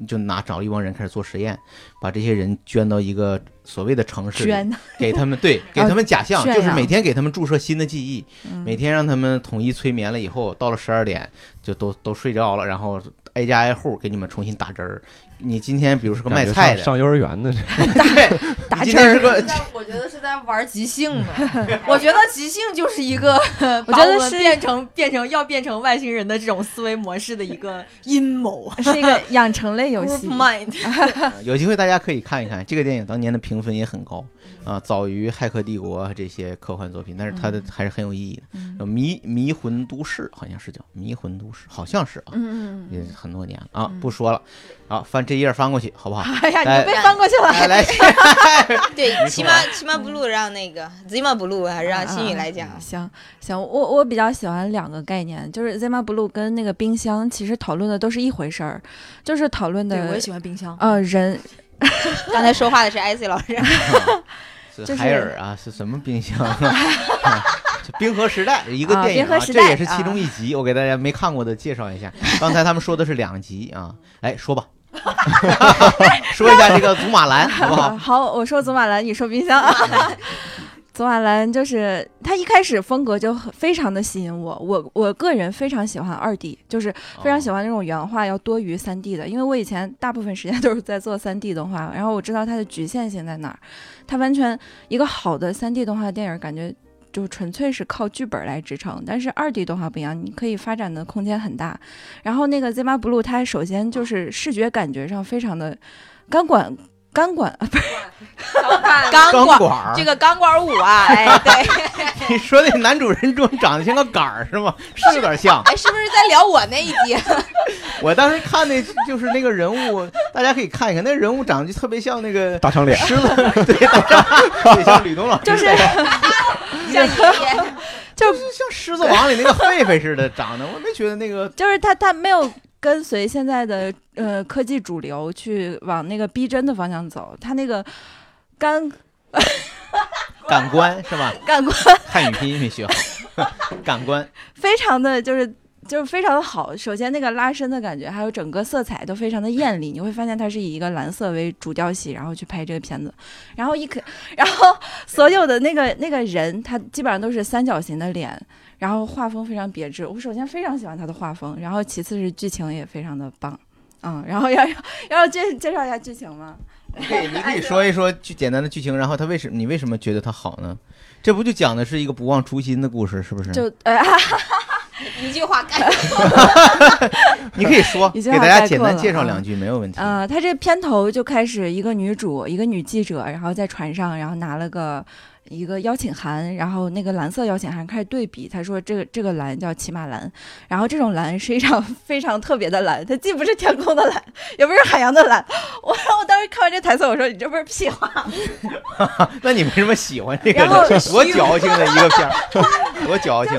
就拿找了一帮人开始做实验，把这些人捐到一个所谓的城市里，
捐的，
给他们对，给他们假象，
炫
就是每
耀
天给他们注射新的记忆，
嗯
每天让他们统一催眠了以后，到了十二点就都都睡着了，然后挨家挨户给你们重新打针儿。你今天比如是个卖
感觉
菜
上
的，
上幼儿园的这
对，
打
你今
针
天
儿
是个
在我觉得是在玩
玩即兴的，我觉得即兴就是一个， 我
觉得是
变成变成要变成外星人的这种思维模式的一个阴谋
是一个养成类游戏
Group。mind，
有机会大家可以看一看这个电影，当年的评分也很高啊，早于《骇客帝国》啊这些科幻作品，但是它的还是很有意义的。
嗯
叫迷迷魂都市好像是叫迷魂都市，好像是啊，
嗯嗯
也
嗯，
很多年了啊，不说了，好翻这页翻过去好 不好？
哎呀，你
哎
又被翻过去了。
来啊来，
对，
没
起
错
码起码 blue 让那个 zima blue 还是让新宇
啊
来讲，
行行，我我比较喜欢两个概念，就是 Zima Blue 跟那个冰箱其实讨论的都是一回事儿，就是讨论
对，我
的
也喜欢冰箱。
呃人
刚才说话的是 IC 老师，
是
就是
海尔啊，是什么冰箱啊？ 就冰河时代一个
啊
电影
冰河时代
这也是其中一集，我给大家没看过的介绍一下。刚才他们说的是两集啊，哎，说吧， 说一下这个祖马兰好不 好？
我说祖马兰，你说冰 箱啊。祖马兰就是他一开始风格就很非常的吸引我，我我个人非常喜欢二 D，就是非常喜
哦
欢那种原画要多于三 D 的，因为我以前大部分时间 都是在做三 D 动画，然后我知道它的局限性在哪儿，它完全一个好的三 D 动画电影感觉。就纯粹是靠剧本来支撑，但是二 D 动画不一样，你可以发展的空间很大。然后那个 Zima Blue，它首先就是视觉感觉上非常的钢管钢管
钢
钢
管
管儿
这个钢管舞啊，哎 对，
你说那男主人公长得像个杆儿是 吗？是有点像。
哎是不是在聊我那一集？啊
我当时看那就是那个人物，大家可以看一看，那人物长得就特别像那个
大长脸，
狮子，对，大长对，像吕东老师，
就是
像爷爷，
就是像《狮子王》里那个狒狒似的长得，我没觉得那个
就是他他没有跟随现在的呃科技主流去往那个逼真的方向走，他那个干
感官是吧？
干过
汉语拼音没学好， 感官
非常的就是。就是非常的好，首先那个拉伸的感觉，还有整个色彩都非常的艳丽。你会发现它是以一个蓝色为主调系，然后去拍这个片子。然后一可，然后所有的那个那个人，他基本上都是三角形的脸，然后画风非常别致。我首先非常喜欢他的画风，然后其次是剧情也非常的棒。嗯，然后要要要介介绍一下剧情吗？
你可以哎你可以说一说剧简单的剧情，然后他为什么你为什么觉得他好呢？这不就讲的是一个不忘初心的故事，是不是？
就呃，
一句话 概括
你可以说，
已
给
经
大
好
家
概
简
括
单
了
介绍
啊
两句没有问题。
呃，他这片头就开始一个女主，一个女记者，然后在船上，然后拿了个一个邀请函，然后那个蓝色邀请函开始对比，他说这个这个蓝叫骑马蓝，然后这种蓝是一场非常特别的蓝，它既不是天空的蓝， 也不是海洋的蓝。我然后我当时看完这台词，我说你这不是屁话。
那你为什么喜欢这个
然后
呢？多矫情的一个 片儿，多矫情！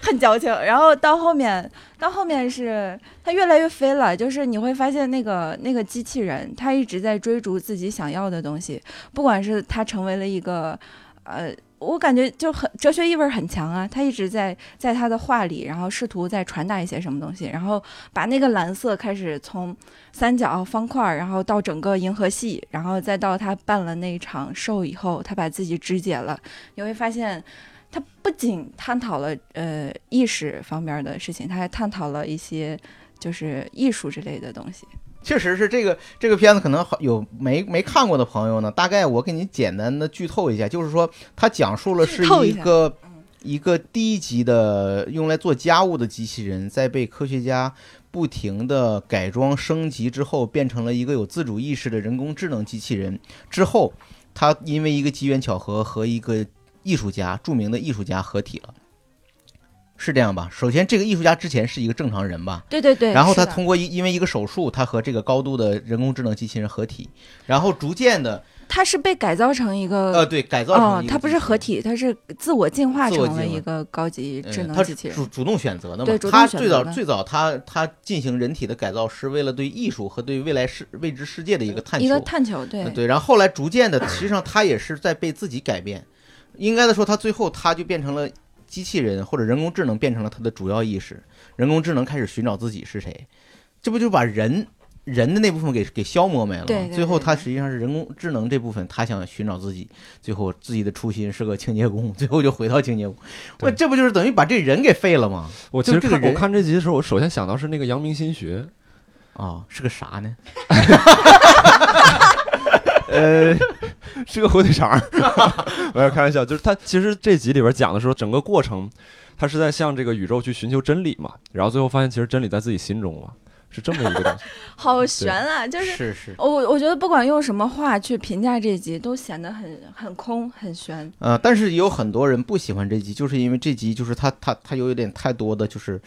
很矫情。然后到后面，到后面是它越来越飞了，就是你会发现那个那个机器人，它一直在追逐自己想要的东西，不管是它成为了一个，呃。我感觉就很哲学意味儿很强啊，它一直在在他的画里，然后试图在传达一些什么东西，然后把那个蓝色开始从三角、方块儿，然后到整个银河系，然后再到他办了那一场 show 以后，他把自己肢解了，你会发现他不仅探讨了呃意识方面的事情，他还探讨了一些就是艺术之类的东西。
确实是这个这个片子，可能好有没没看过的朋友呢，大概我给你简单的剧透一下，就是说它讲述了是嗯
剧透一
一
下
个一个低级的用来做家务的机器人，在被科学家不停的改装升级之后，变成了一个有自主意识的人工智能机器人。之后，它因为一个机缘巧合和一个艺术家，著名的艺术家合体了。是这样吧？首先，这个艺术家之前是一个正常人吧？
对对对。
然后他
是的
通过一因为一个手术，他和这个高度的人工智能机器人合体，然后逐渐的
他是被改造成一
呃
个，
对改造成
哦
一，个
他不是合体，他是自我进化
自我
成了
进化
一个高
机
级
器
智
人。嗯
能
他
机器人。
主主动选择的嘛
对，主动
他
选
最
择
早
的
最早他他进行人体的改造是为了对艺术和对未来世未知世界的一个探
一个
求，
探求，对
嗯对，然后后来逐渐的，实际上他也是在被自己改变。应该的说，他最后他就变成了机器人或者人工智能，变成了他的主要意识。人工智能开始寻找自己是谁，这不就把人人的那部分给给消磨没了吗？
对对对
最后他
对
实际上是人工智能这部分，他想寻找自己，最后自己的初心是个清洁工， 最后就回到清洁工。我
对
这不就是等于把这人给废了吗？
我其
就这
实
个
看我
人
看这集的时候，我首先想到是那个阳明心 学，
啊、是个啥呢？
呃，是个火腿 肠儿，没有开玩笑，就是他其实这集里边讲的时候，整个过程他是在向这个宇宙去寻求真理嘛，然后最后发现其实真理在自己心中嘛，是这么一个东西。
好悬啊！就是
是是，
我我觉得不管用什么话去评价这集，都显得很很空很悬。
呃，但是也有很多人不喜欢这集，就是因为这集就是它它它有一点太多的就是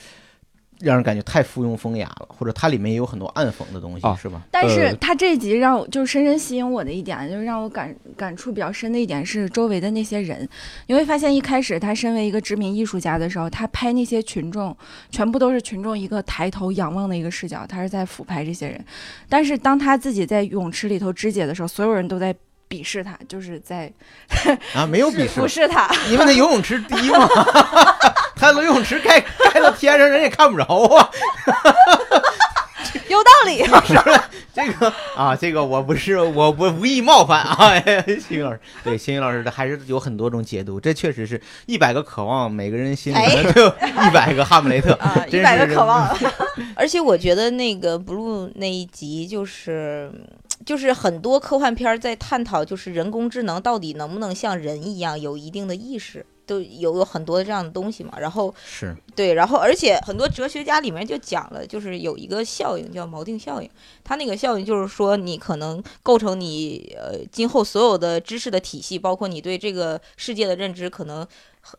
让人感觉太附庸风雅了，或者它里面也有很多暗讽的东西，
啊
是吧？
但是
呃
他这集让我就深深吸引我的一点，就是让我感感触比较深的一点是周围的那些人，你会发现一开始他身为一个知名艺术家的时候，他拍那些群众，全部都是群众一个抬头仰望的一个视角，他是在俯拍这些人。但是当他自己在泳池里头肢解的时候，所有人都在鄙视他，就是在
啊，没有鄙视
俯，视他。
因为那游泳池低嘛， 他游泳池盖盖到天上，人也看不着啊。
有道理。
这个啊，这个我不是我我无意冒犯啊， 星宇老师，对星宇老师的还是有很多种解读，这确实是一百个渴望，每个人心里面都有一百个哈姆雷特，
哎啊，
真
一
是
百个渴望。 而且我觉得那个 Blue 那一集就是。就是很多科幻片儿在探讨，就是人工智能到底能不能像人一样有一定的意识，都有有很多这样的东西嘛。然后
是
对，然后而且很多哲学家里面就讲了，就是有一个效应叫锚定效应，它那个效应就是说，你可能构成你呃今后所有的知识的体系，包括你对这个世界的认知，可能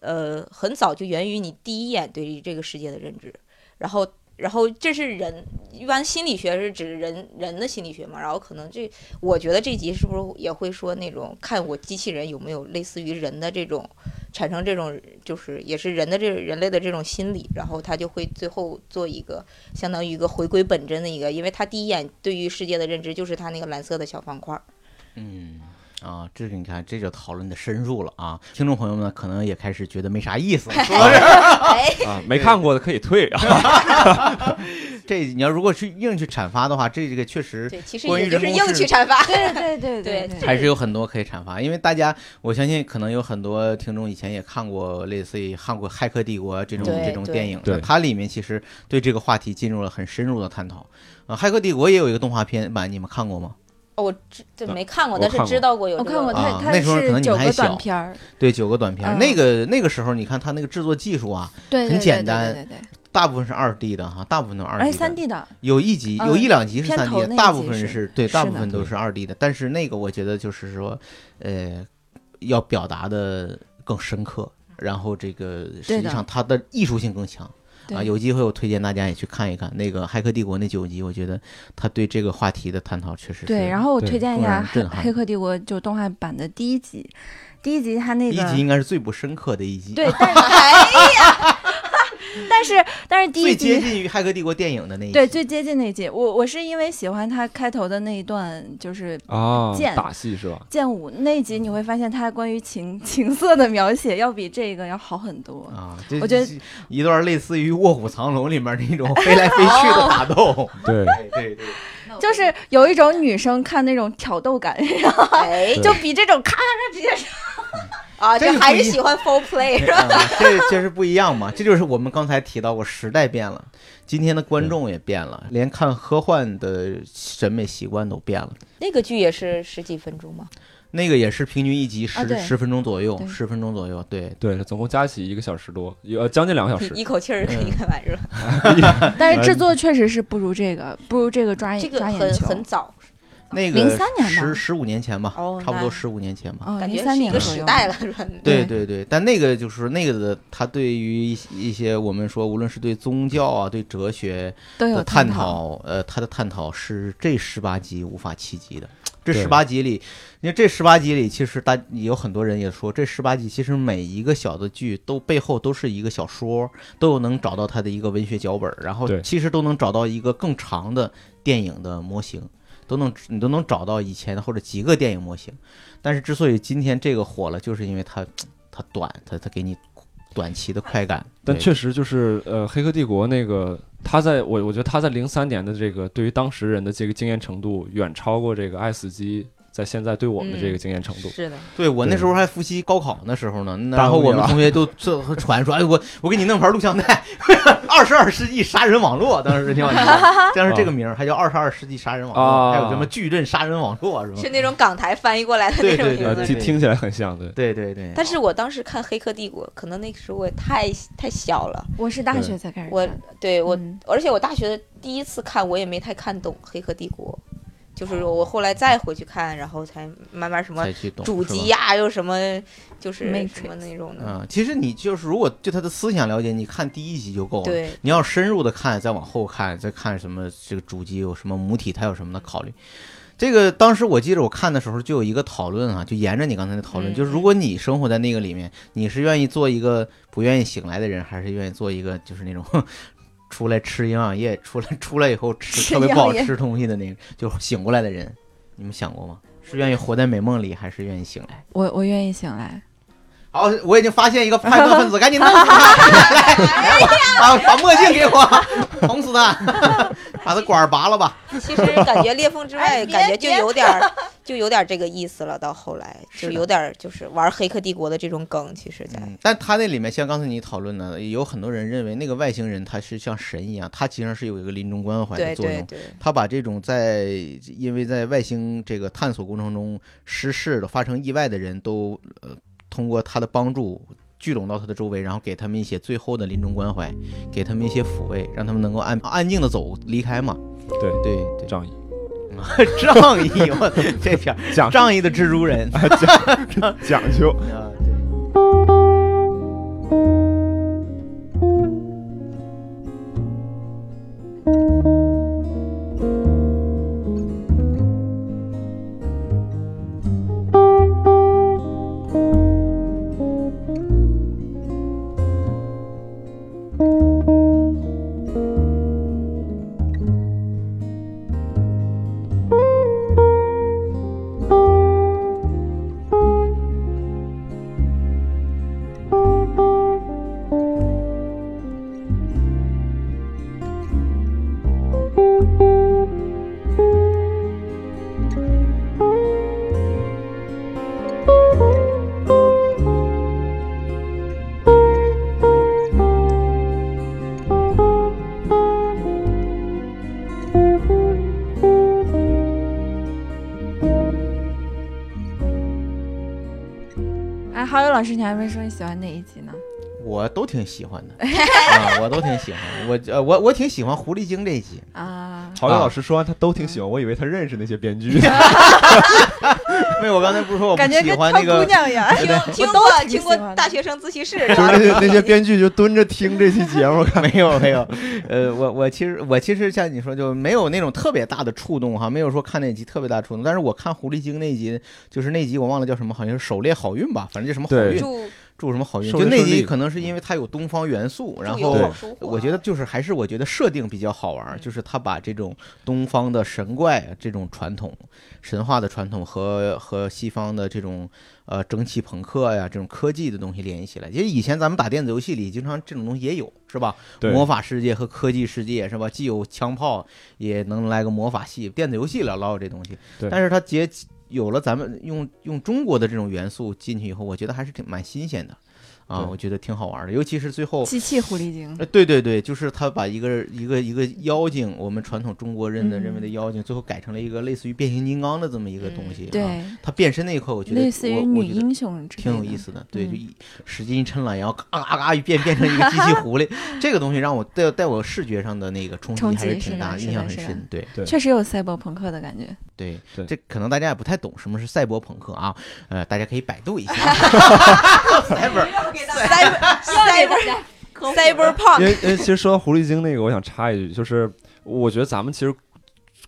呃很早就源于你第一眼对于这个世界的认知，然后。然后这是人，一般心理学是指人人的心理学嘛，然后可能这，我觉得这集是不是也会说那种看我机器人有没有类似于人的这种产生这种就是也是人的这人类的这种心理，然后他就会最后做一个相当于一个回归本真的一个，因为他第一眼对于世界的认知就是他那个蓝色的小方块儿。
嗯啊，这个你看，这就讨论的深入了啊！听众朋友们可能也开始觉得没啥意思了。 说到这儿，
啊，没看过的可以退 啊。
这你要如果去硬去阐发的话，这这个确实
对，其实
关于
也就
人
是
工智
硬去阐发。
对对对
对
对
这
还是有很多可以阐发，因为大家我相信可能有很多听众以前也看过类似于看过《骇客帝国》这种
对
这种
对
电影，
对
它里面其实对这个话题进入了很深入的探讨。啊，《骇客帝国》也有一个动画片版，你们看过吗？
哦我知这没看过，
我
但是
看
知
过
道过有
我
这
看过
个
啊
他，他
那时候可能
是
你
九
还
个
小
短片儿，
对，九个短片，
嗯
那个那个时候你看它那个制作技术啊，
对，对
很
对
简
对
单
对对对，
大部分是二 D 的哈，大部分都是二
哎，
D 的
三。D 的，
有一集有
嗯
一两集是
片
三 D
头
的，
那一
大
集
部分
是
是对，
是
大
的
部分都是二 D 的。但是那个我觉得就是说，呃，要表达的更深刻，然后这个实
对
际
的
上它的艺术性更强。
对
啊，有机会我推荐大家也去看一看那个《骇客帝国》那九集，我觉得他对这个话题的探讨确实是
对，然后我
对
推荐一
更让人
下《黑
震撼
黑客帝国》就动画版的第一集，第一集它那
第一
个
集应该是最不深刻的一集，
对，但是哎呀， 但是但是第
最
一
接
集
近于《骇客帝国》电影的那一集，
对最接近那集，我我是因为喜欢它开头的那一段，就是
啊
见
打戏是吧？
剑舞那集，你会发现它关于情 情色的描写要比这个要好很多。
啊，这
我觉得
这一段类似于《卧虎藏龙》里面那 种飞来飞去的打斗，哦
对，
对对对。
啊
就是有一种女生看那种挑逗感， 然后
哎
对
就比这种咔，
啊，
这
就
个
还
不
是
一
喜欢 full play 是吧？
啊，这这是不一样嘛，这就是我们刚才提到过，时代变了，今天的观众也变了，连看科幻的审美习惯都变了。
那个剧也是十几分钟嘛，
那个也是平均一集
啊
十
对
十分钟左右，
对哦
十分钟左右，对，
对，总共加起一个小时多，有呃将近两个小 时。
一口气儿可以看完是吧？
但是制
呃
作确实是不如这个，不如这个抓
这
眼
个
抓
很
眼球。
很早，
那个
03年吧
十十五年前吧，
哦
差不
那
多十五年前吧。
嗯，
感觉
零
是
三
哦一
年
个
左
时
右
代了，是吧？嗯
对
对
对对，但那个就是那个的，它对于一些一些我们说，无论是对宗教啊，对哲学
都有
的探
讨。
讨，呃，它的探讨是这十八集无法企及的。这
对
十八集里，因为这十八集里，其实大有很多人也说，这十八集其实每一个小的剧都背后都是一个小说，都有能找到它的一个文学脚本，然后
对
其实都能找到一个更长的电影的模型，都能你都能找到以前或者几个电影模型。但是之所以今天这个火了，就是因为它它短，它它给你短期的快感。
但
对
确实就是呃，《黑客帝国》那个，他在我我觉得他在零三年的这个对于当时人的这个经验程度，远超过这个《爱死机》在现在对我们的这个经验程度。
嗯是的，
对我那
对
时候还复习高考那时候呢，
大
然后
姑
我
娘
们同学都这传说，哎，我我给你弄盘录像带，二十二世纪杀人网络，当时这叫， 当时这个名儿还叫二十二世纪杀人网络，
啊
还有什么矩阵杀人网络什么
是，那种港台翻译过来的
对
那种
对
名
呃，
对
字。
听听起来很像，对。
对对对，
但是我当时看《黑客帝国》，可能那个时候我也太太小了，
我是大学才开始
我
看的
对我
嗯
而且我大学的第一次看，我也没太看懂《黑客帝国》，就是我后来再回去看，然后才慢慢什么
才去懂
主
是吧
机呀、又什么就是什
Matrix
么那种的，
嗯，其实你就是如果对他的思想了解，你看第一集就够了。
对
你要深入的看，再往后看，再看什么这个主机有什么母体，它有什么的考虑。这个当时我记得我看的时候就有一个讨论啊，就沿着你刚才的讨论，
嗯
就是如果你生活在那个里面，你是愿意做一个不愿意醒来的人，还是愿意做一个就是那种 出来吃营养液，出来出来以后吃
吃
特别不
营养
好
液
吃东西的那个，就是醒过来的人，你们想过吗？是愿意活在美梦里，还是愿意醒来？
我我愿意醒来。
好，我已经发现一个叛徒分子，赶紧弄死他！来，把把墨镜给我，捅死他， 把他管儿拔了吧。
其实感觉《裂缝之外
哎》别
感觉就
别
有点儿就有点儿这个意思了，到后 来
是
就
的
有点儿就是玩《黑客帝国》的这种梗，其实在。
嗯，但他那里面像刚才你讨论的，有很多人认为那个外星人他是像神一样，他其实是有一个临终关怀
对
的作
对
用。
对，
他把这种在因为在外星这个探索过程中失事的、发生意外的人都呃，通过他的帮助聚拢到他的周围，然后给他们一些最后的临终关怀，给他们一些抚慰，让他们能够安安静的走离开嘛。
对
对对，
仗义，
仗义，我这片儿
讲
仗义的蜘蛛人啊，
讲究，
啊
对。
哎，浩宇老师，你还没说你喜欢哪一集呢？
我都挺 喜欢的，啊，我都挺喜欢。我呃，我我挺喜欢狐狸精这一集，
啊，
郝宇老师说完他都挺喜欢，我以为他认识那些 编剧。
因为我刚才不是说我不
感觉
喜
跟
欢
灰
那
姑
个
娘一样。
听听
我
过
都挺
听
喜
过
欢的
大学生自 习室，
就是那些那 些编剧就蹲着听这期节目，看
没有没有，呃，我我其实我其实像你说，就没有那种特别大的触动哈，没有说看那集特别大触动。但是我看狐狸精那集，就是那集我忘了叫什么，好像是狩猎好运吧，反正就什么好
对
运，
祝
祝什么好运。
狩
就
猎
那
顺
集
利嗯
可能是因为它有东方元素，然
祝有好
后
对
收获。
我觉得就是还是我觉得设定比较好玩儿，
嗯
就是他把这种东方的神怪啊这种传统、神话的传统和和西方的这种呃蒸汽朋克呀这种科技的东西联系起来。其实以前咱们打电子游戏里，经常这种东西也有，是吧？
对
魔法世界和科技世界是吧？既有枪炮，也能来个魔法系。电子游戏了老有这东西，
对
但是它结有了咱们用用中国的这种元素进去以后，我觉得还是挺蛮新鲜的。啊，
对
我觉得挺好玩的，尤其是最后
机器狐狸精，
呃，对对对，就是他把一个一个一个妖精，我们传统中国认
嗯
的认为的妖精，最后改成了一个类似于变形金刚的这么一个东西、啊。
嗯对，
他变身那一刻，我觉得
类似于
我我
女
觉得
英雄之类
挺
的，
有意思的。对，就
嗯
一使劲一抻懒腰，嘎嘎嘎一变变成一个机 器狐狸，这个东西让我带带我视觉上的那个冲击
冲
还是
击
挺
是的
大的，
是
印象
的
很
是的
深。对
对
确实有赛博朋克的感觉。
对
对
这可能大家也不太懂什么是赛博朋克啊，呃，大家可以百度一下。 赛博
，cyber cyber
因
punk，
为因为其实说到狐狸精那个，我想插一句，就是我觉得咱们其实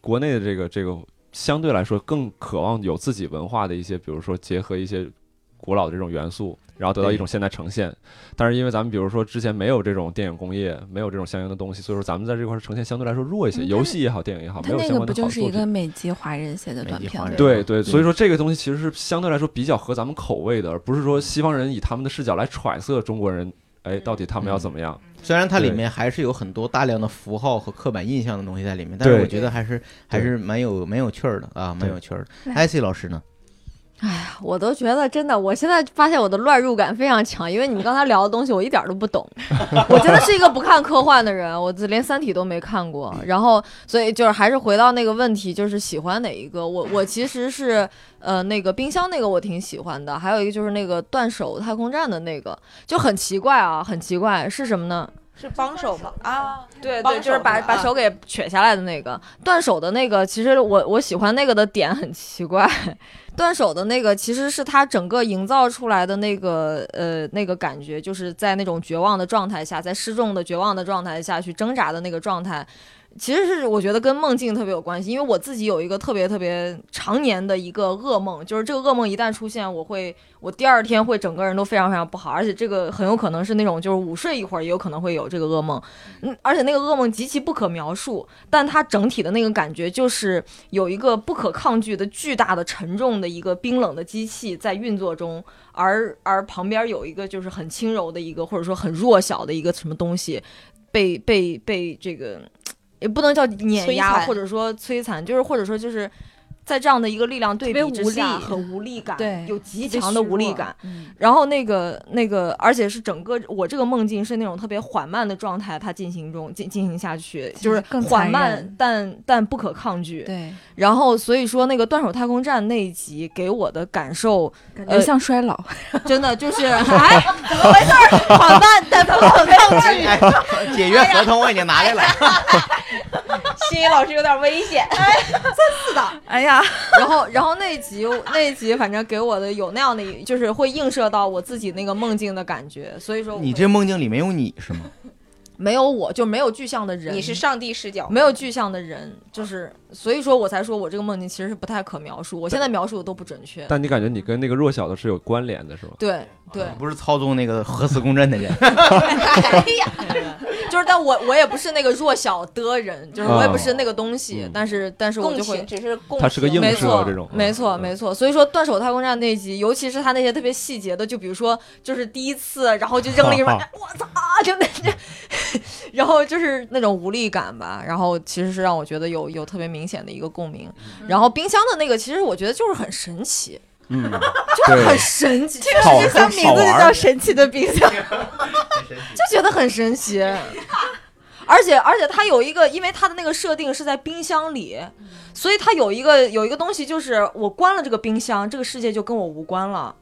国内的这个这个相对来说更渴望有自己文化的一些，比如说结合一些古老的这种元素，然后得到一种现代呈现。但是因为咱们比如说之前没有这种电影工业，没有这种相应的东西，所以说咱们在这块儿呈现相对来说弱一些，
嗯
游戏也好，电影也
啊
好，没
他
有
那
相
个不
关的
就
好
是
作
一个
品。
美籍华人写的嗯
美
短
籍
片
华
吗？
人
对
对
对，所以说这个东西其实是相对来说比较合咱们口味的，而不是说西方人以他们的视角来揣测中国人，哎，到底他
嗯
们要怎么样？
虽然它里
对
面还是有很多大量的符号和刻板印象的东西在里面，但是
对
我觉得还是还是蛮有蛮有趣儿的啊，蛮有趣儿的。艾希老师呢？
我都觉得真的，我现在发现我的乱入感非常强，因为你们刚才聊的东西我一点儿都不懂。我真的是一个不看科幻的人，我连《三体》都没看过。然后，所以就是还是回到那个问题，就是喜欢哪一个？我我其实是呃那个冰箱那个我挺喜欢的，还有一个就是那个断手太空站的那个，就很奇怪啊，很奇怪是什么呢？
是帮手吗？啊，
对
帮
对，就是
手
把
的
把
啊
手给取下来的那个断手的那个，其实我我喜欢那个的点很奇怪， 断手的那个其实是他整个营造出来的那个呃那个感觉，就是在那种绝望的状态下，在失重的绝望的状态下去挣扎的那个状态。其实是我觉得跟梦境特别有关系，因为我自己有一个特别特别常年的一个噩梦，就是这个噩梦一旦出现，我会我第二天会整个人都非常非常不好，而且这个很有可能是那种就是午睡一会儿也有可能会有这个噩梦，嗯，而且那个噩梦极其不可描述，但它整体的那个感觉就是有一个不可抗拒的巨大的沉重的一个冰冷的机器在运作中，而而旁边有一个就是很轻柔的一个或者说很弱小的一个什么东西，被被被这个也不能叫碾
摧
压，
残
或者说摧残，就是或者说就是。在这样的一个力量对
特
比
别
之
无
下，
力
很无力感，
对
有极
被
强的
虚
无力
弱
感。
嗯，
然后那个那个，而且是整个我这个梦境是那种特别缓慢的状态，它进行中进进行下去，
其
就是
实更
缓
残
慢
忍
但但不可抗拒。
对，
然后所以说那个断手太空站那一集给我的 感受，
感
呃
觉像衰老。
真 的就是哎，怎么回事儿？缓慢但不可抗拒。
哎解约合同我已经拿来
哎
了。
心理老师有点危险。
哎呀，然后然后那一集那一集反正给我的有那样的一，就是会映射到我自己那个梦境的感觉。所以说我
你这梦境里没有你是吗？
没有我就没有具象的 人，
你是上帝视角，
没有具象的人，就是所以说我才说我这个梦境其实是不太可描述，我现在描述的都不准确。
但你感觉你跟那个弱小的是有关联的，是吗？
对对，
嗯
不是操纵那个核磁共振的人。
就是但我我也不是那个弱小的人，就是我也不是那个东西，
啊嗯
但是但是我
共
就
情
会。
只是共情，
它是个映
没
射
错
这种，
没错，
嗯
没错。所以说，《断手太空站》那一集，尤其是他那些特别细节的，就比如说，就是第一次，然后就扔了一 碗，哎我操，就那 这，然后就是那种无力感吧。然后其实是让我觉得有有特别明显的一个共鸣。然后冰箱的那个，其实我觉得就是很神奇，
嗯，
很
对，
神奇，就
好
是像名
好
字就
玩
叫
儿
神奇的冰 箱，就觉得很神奇。而且而且它有一个，因为它的那个设定是在冰箱里，所以它有一个有一个东西，就是我关了这个冰箱，这个世界就跟我无关了。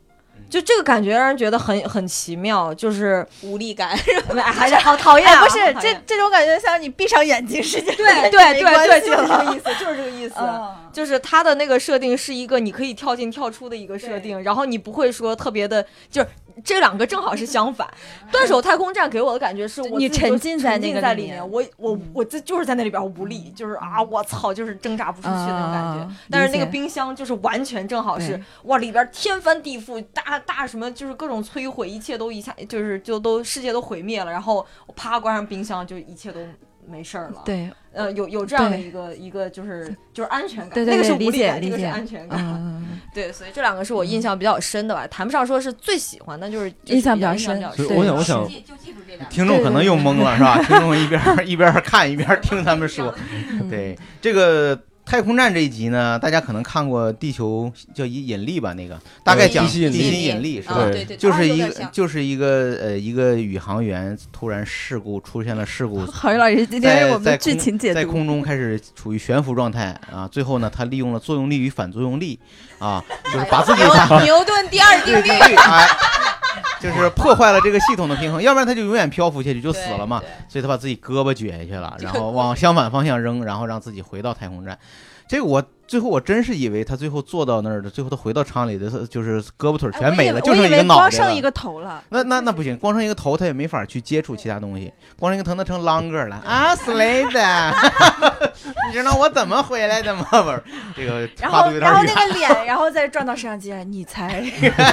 就这个感觉让人觉得很很奇妙，就是
无力感。
哎还是好讨厌啊、
不是
好讨
这
厌
这种感觉，像你闭上眼睛世界
对对
没
对
关
对，
系
就是这个意思，就是这个意思。
嗯
就是它的那个设定是一个你可以跳进跳出的一个设定，然后你不会说特别的，就是这两个正好是相反。断手太空站给我的感觉是我
嗯你
自己就
沉
沉
浸
浸
在那个
在
里面嗯
面，我我我这就是在那里边无力，就是啊，我操，就是挣扎不出去那种感觉。
啊
但是那
理
个
解
冰箱就是完全正好是
对
哇，里边天翻地覆，大大什么就是各种摧毁，一切都一下就是就都世界都毁灭了，然后我啪关上冰箱，就一切都没事儿了。
对，
呃，有有这样的
对
一个一个就是就是安全感，
对对
那个是
对
无
理
力
解
感，这个
理
是
解
安全感，
嗯，
对，所以这两个是我印象比较深的吧，谈不上说是最喜欢的，就是就是
印象
比
比
较
较
印
深
象比较
所
深
对
以我想，我想
就，记就记住这两个。
听众可能
嗯
嗯
又懵了是吧？听众一边一边看一边听他们说，对这个。太空站这一集呢，大家可能看过《地球叫引引力》吧？那个大概讲
地心引力
地心引力是
啊
吧？
对对，
就是
啊有
一
点
个
像
就是一个呃一个宇航员突然事故出现了事 故，
郝宇老师，今天
在
是我们
在
的剧
空
情解
在
读，
空中开始处于悬浮状态啊，最后呢，他利用了作用力与反作用力啊，
哎
就是 把自己
牛牛顿第二定
对
律
定律哎，就是破坏了这个系统的平衡，要不然他就永远漂浮下去，就死了嘛。。所以他把自己胳膊撅下去 了，然后往相反方向扔，然后让自己回到太空站。这个我最后我真是以为他最后坐到那儿的，最后他回到厂里的时候，就是胳膊腿儿
哎
全没了，就剩一个脑
光
袋
剩
了
一。个头了。
那那那不行，光剩一个头，他也没法去接触其他东西，光剩一个头那成 longer 了啊 s l a d e 你知道我怎么回来的吗？不是，这个
然
跨
后
度有点
然后
远
那。个脸， 然后再撞到摄像机，你才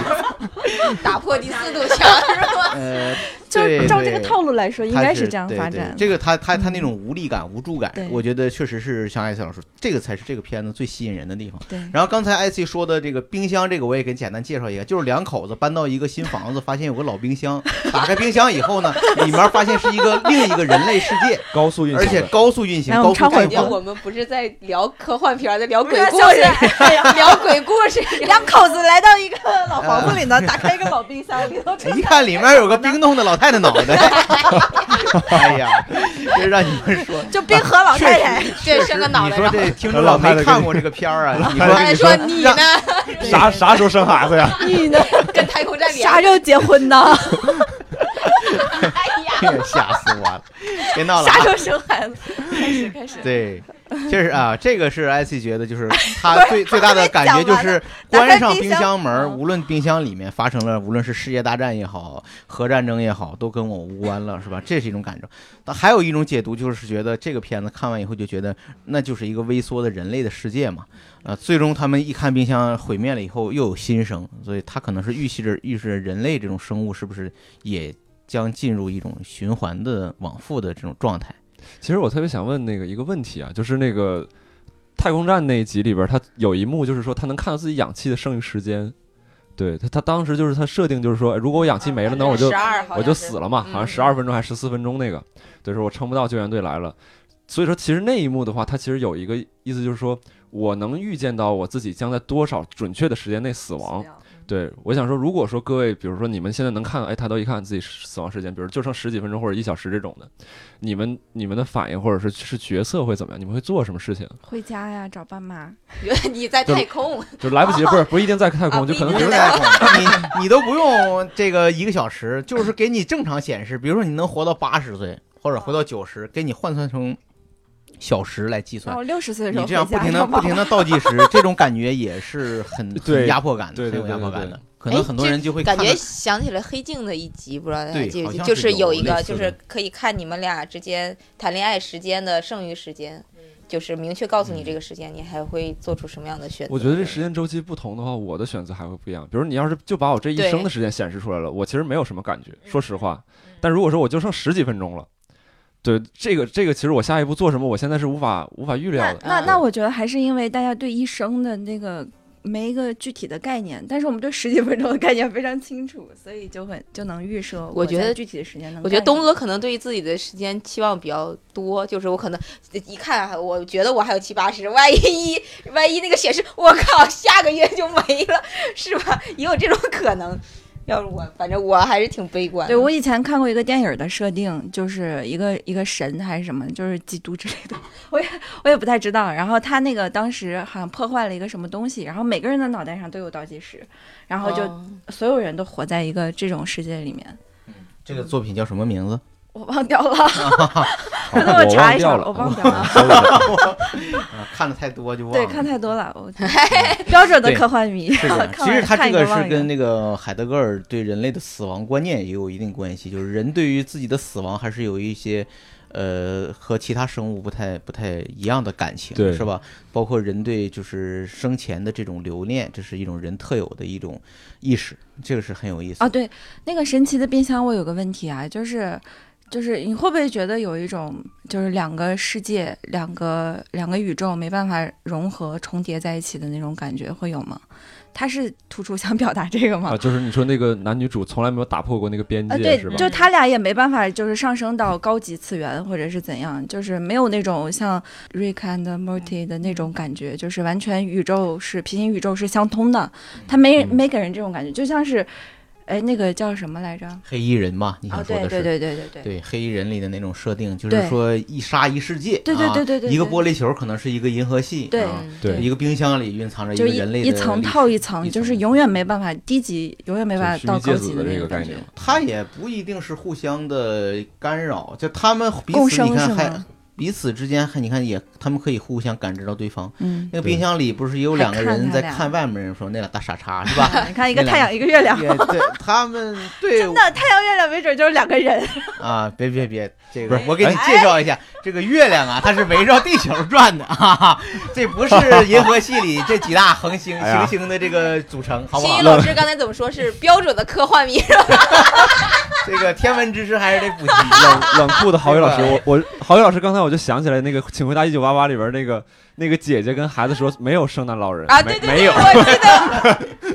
对打破第四堵墙是 吧？
呃，
就是
对
照这个
对
套路来说，应
他
该
是
这样
对
发
对
展。嗯
这个他他他那种无力感、无助感
对，
我觉得确实是像艾斯老师，这个才是这个片子最吸引人的地方。
对
然后刚才艾斯说的这个冰箱，这个我也给简单介绍一下，就是两口子搬到一个新房子，发现有个老冰箱， 打开冰箱以后呢，里面发现是一个另一个人类世界，
高速运
而
行
且
的，
高速运行、
来我
高
们
速
插
开
会儿
感觉
放。
哎我们不是在聊科幻片儿，在聊鬼
啊
对
故
像
事，
哎
聊鬼故事。
两口子来到一 个老房子里呢，打开一个老冰箱，里头
一看里面有个冰冻的老太太脑袋， 哎呀，这让你们说，
就冰河老太太。
对，生个脑
你
袋。
说
然后
这听众老没看过这个片儿 啊，你说
他还说你呢，
啥啥时候生孩子呀？
你 呢？
跟太空站连
啥时候结婚呢？
哎呀，
吓死我了！别闹了、
啥时
啊。
候生孩子？开始开始。
对， 确实啊，这个是 IC 觉得
哎
就是他最最大的感觉就
还没
是
讲完呢
关上
打开
冰
冰箱
箱门儿，
嗯
无论冰箱里面发生了，无论是世界大战也好，核战争也好，都跟我无关了，是吧？这是一种感受。但还有一种解读就是觉得这个片子看完以后就觉得那就是一个微缩的人类的世界嘛，呃，最终他们一看冰箱毁灭了以后又有新生，所以他可能是预期着预示着人类这种生物是不是也将进入一种循环的往复的这种状态。
其实我特别想问那个一个问题啊，就是那个太空站那一集里边，他有一幕就是说他能看到自己氧气的剩余时间。对他，他当时就是他设定就是说，哎如果我氧气没了，那我就
12
我就死。了嘛，
嗯
好像十二分钟还是十四分钟那个，对，说我撑不到救援队来了。所以说，其实那一幕的话，它其实有一个意思，就是说我能预见到我自己将在多少准确的时间内死亡。对，我想说，如果说各位，比如说你们现在能看，哎，抬头一看自己死亡时间，比如就剩十几分钟或者一小时这种的，你们你们的反应或者是是角色会怎么样？你们会做什么事情？
回家呀，找爸妈。
你在太空，
就来不及，不是不一定在太
啊
空， 就可能
不一
不是
定在
在空，你你都不用这个一个小时，就是给你正常显示，比如说你能活到八十岁或者活到九十，给你换算成小时来计
那
算。
我六十岁的哦时
你
候
这样
回
不
家
停的
找
不
爸
停的倒计时，这种感觉也是很很
对
压迫感的，
对
很
对
有压迫感的。可
哎
能很多
这
人就会
感
看
觉
到
想起了《黑镜》的一集，不知道大家
对
记不
好
记？
像
就是
有
有一个，
类似
就
的
是可以看你们俩之间谈恋爱时间的剩余时间，
嗯
就是明确告诉
嗯
你这个时间，你还会做出什么样的选择？
我觉得
嗯
这时间周期不同的话，我的选择还会不一样。比如你要是就把我这一
对
生的时间显示出来了，我其实没有什么感觉，说实话。
嗯
但如果说我就剩十几分钟了，对这个这个，其实我下一步做什么，我现在是无法无法预料
那
的。
那
嗯
那我觉得还是因为大家对一生的那个没一个具体的概念，但是我们对十几分钟的概念非常清楚，所以就很就能预设。
我觉
在
得
具体的时间能干什么，
我觉得东哥可能对自己的时间期望比较多，就是我可能一看啊，我觉得我还有七八十，万一万一那个显示，我靠，下个月就没了，是吧？也有这种可能。要是我，反正我还是挺悲观的。
对我以前看过一个电影的设定，就是一个一个神还是什么，就是基督之类的， 我也我也不太知道。然后他那个当时好像破坏了一个什么东西，然后每个人的脑袋上都有倒计时，然后就
哦
所有人都活在一个这种世界里面。
这个作品叫什么名字？
我忘掉了，
好
那我
我
查
忘
一
掉
下
了，嗯
我忘掉了
搜一下
啊看的太多就忘
对，
了。
看太多了，我标准的科幻迷。
是这样 其
看
实
完
他
看
这
一个
是
忘一
跟那个海德格尔对人类的死亡观念也有一定关系，就是人对于自己的死亡还是有一些，呃，和其他生物不太不太一样的感情，
对
是吧？包括人对就是生前的这种留恋，这是一种人特有的一种意识，这个是很有意思的
啊，对，那个神奇的冰箱，我有个问题啊，就是。就是你会不会觉得有一种，就是两个世界、两个两个宇宙没办法融合重叠在一起的那种感觉会有吗？他是突出想表达这个吗？
啊，就是你说那个男女主从来没有打破过那个边
啊，
界，
对
是吧，？
就他俩也没办法，就是上升到高级次元或者是怎样，就是没有那种像 Rick and Morty 的那种感觉，就是完全宇宙是平行宇宙是相通的，他没
嗯
没给人这种感觉，就像是，哎，那个叫什么来着？
黑衣人嘛，你
啊，
想说
对
的是、
对对对对对，
对黑衣人里的那种设定，就
对
是说一沙一世界，
对对对对对
啊，一个
对
玻璃球可能是一个银河系，
对
啊
对
一个冰箱里蕴藏着一
就
个
一
人类的
一层
历史
套一层，
一
就是
层
永远没办法低级，永远没办
就
法到
须弥芥
高
子
级
的
那
这个
种
概
觉
念。，
它也不一定是互相的干扰，就他们彼
共
此，
生
你看
是
还
吗
彼此之间还你看也，他们可以互相感知到对方。
嗯，
那个
对
冰箱里不是也有
还
两个
看
人
他
在
俩
看外面人说那俩大傻叉是 吧？
你看一
那
个
两
太阳，一个月 亮，
也对，他们对
真的太阳月亮没准就是两个人。
啊，别别别，这
不
个
是哎
我给你介绍一下，这个月亮啊，它是围绕地球转的，哈哈，这不是银河系里这几大恒星
哎呀
行星的这个组成，好不
新
好
宇？老师刚才怎么说是标准的科幻迷？
这个天文知识还是得补
冷
齐。
冷酷的郝宇老师，我我郝宇老师刚才我就想起来那个《请回答一九八八》里边那个那个姐姐跟孩子说没有圣诞老人
啊
没
对对
没有，
我记得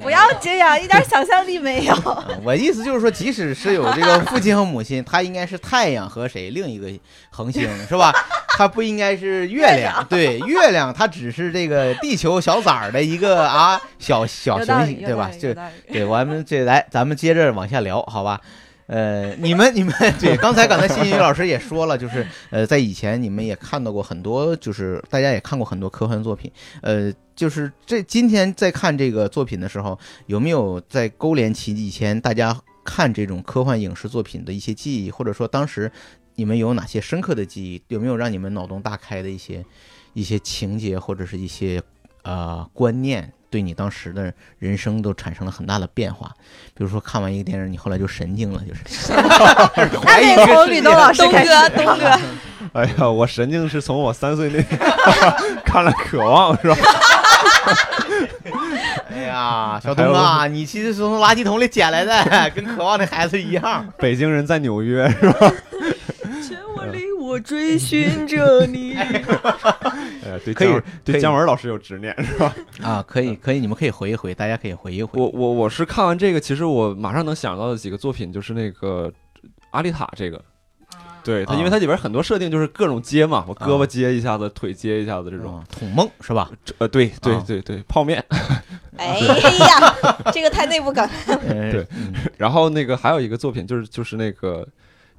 不要这样，一点想象力没有。
啊 我意思就是说，即使是有这个父亲和母亲，他应该是太阳和谁另一个恒星是吧？它不应该是月亮，对，月亮它只是这个地球小崽儿的一个啊小小
有道
行
理，
星，对
有道
吧
理？
就
有道理
对，我们这来，咱们接着往下聊，好吧？呃，你们你们对，刚才刚才新宇老师也说了，就是呃，在以前你们也看到过很多，就是大家也看过很多科幻作品，呃，就是这今天在看这个作品的时候，有没有在勾连起以前大家看这种科幻影视作品的一些记忆，或者说当时你们有哪些深刻的记忆？有没有让你们脑洞大开的一些一些情节或者是一些呃观念，对你当时的人生都产生了很大的变化？比如说看完一个电影，你后来就神经了，就是怀疑
那
这个世界
得从吕东老师
东
开始。
哥， 东哥，
哎呀，我神经是从我三岁那 看了《渴望》是吧？
哎 呀，小东啊，你其实是从垃圾桶里捡来 的，跟渴望的孩子一样。
北京人在纽约，
全我令我追寻着 你。
哎呀，对
可以
姜文
可
对
以
姜文老师有执念是吧？
啊，可以可以，你们可以回一回，大家可以回一回。
我我我是看完这个，其实我马上能想到的几个作品就是那个呃阿丽塔这个。对
啊
它，因为它里边很多设定就是各种接嘛，我胳膊接一下子，腿接一下子这种。
啊捅梦是吧？
这呃，对对
啊
对对，泡面。
哎呀，这个太内部梗了。
呃
对，
嗯
然后那个还有一个作品就是就是那个，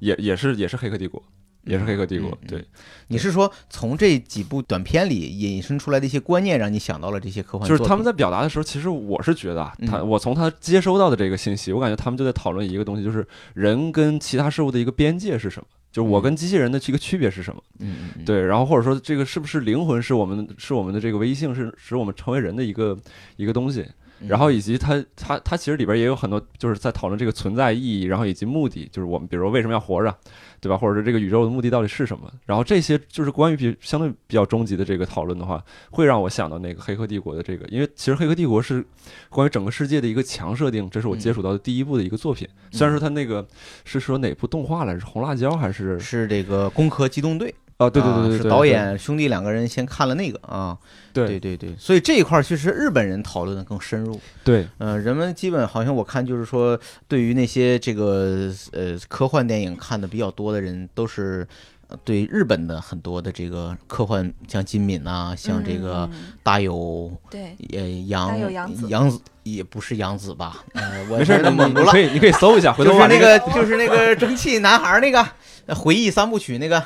也也是也是《黑客帝国》，也是《黑客帝国
嗯嗯》。
对，
你是说从这几部短片里引申出来的一些观念，让你想到了这些科幻嗯作
就是
品？
他们在表达的时候，其实我是觉得啊，他
嗯
我从他接收到的这个信息，我感觉他们就在讨论一个东西，就是人跟其他事物的一个边界是什么。就是我
嗯
跟机器人的这个区别是什么？
嗯，嗯，
对，然后或者说这个是不是灵魂是我们是我们的这个唯一性是使我们成为人的一个一个东西，
嗯
然后以及它它它其实里边也有很多就是在讨论这个存在意义，然后以及目的，就是我们比如说为什么要活着，对吧？或者是这个宇宙的目的到底是什么？然后这些就是关于比相对比较终极的这个讨论的话，会让我想到那个《黑客帝国》的这个，因为其实《黑客帝国》是关于整个世界的一个强设定，这是我
嗯
接触到的第一部的一个作品。虽然说它那个是说哪部动画来着，《红辣椒》还是
是这个《攻壳机动队》
啊？对对对
啊
对对，
是
对
导演兄弟两个人先看了那个啊，
对
对对对，所以这一块儿其实日本人讨论的更深入。
对
呃，人们基本好像我看就是说，对于那些这个呃科幻电影看的比较多的人，都是呃对日本的很多的这个科幻，像金敏啊，像这个大有
嗯对，
呃
大
杨
友阳子
杨子也不是杨子吧？呃，我
没事，
有点
你
懵
你
住了
可。以你可以搜一下，回
就
头
是
我把
那
这
个，就是那个蒸汽男孩儿那个呃回忆三部曲那个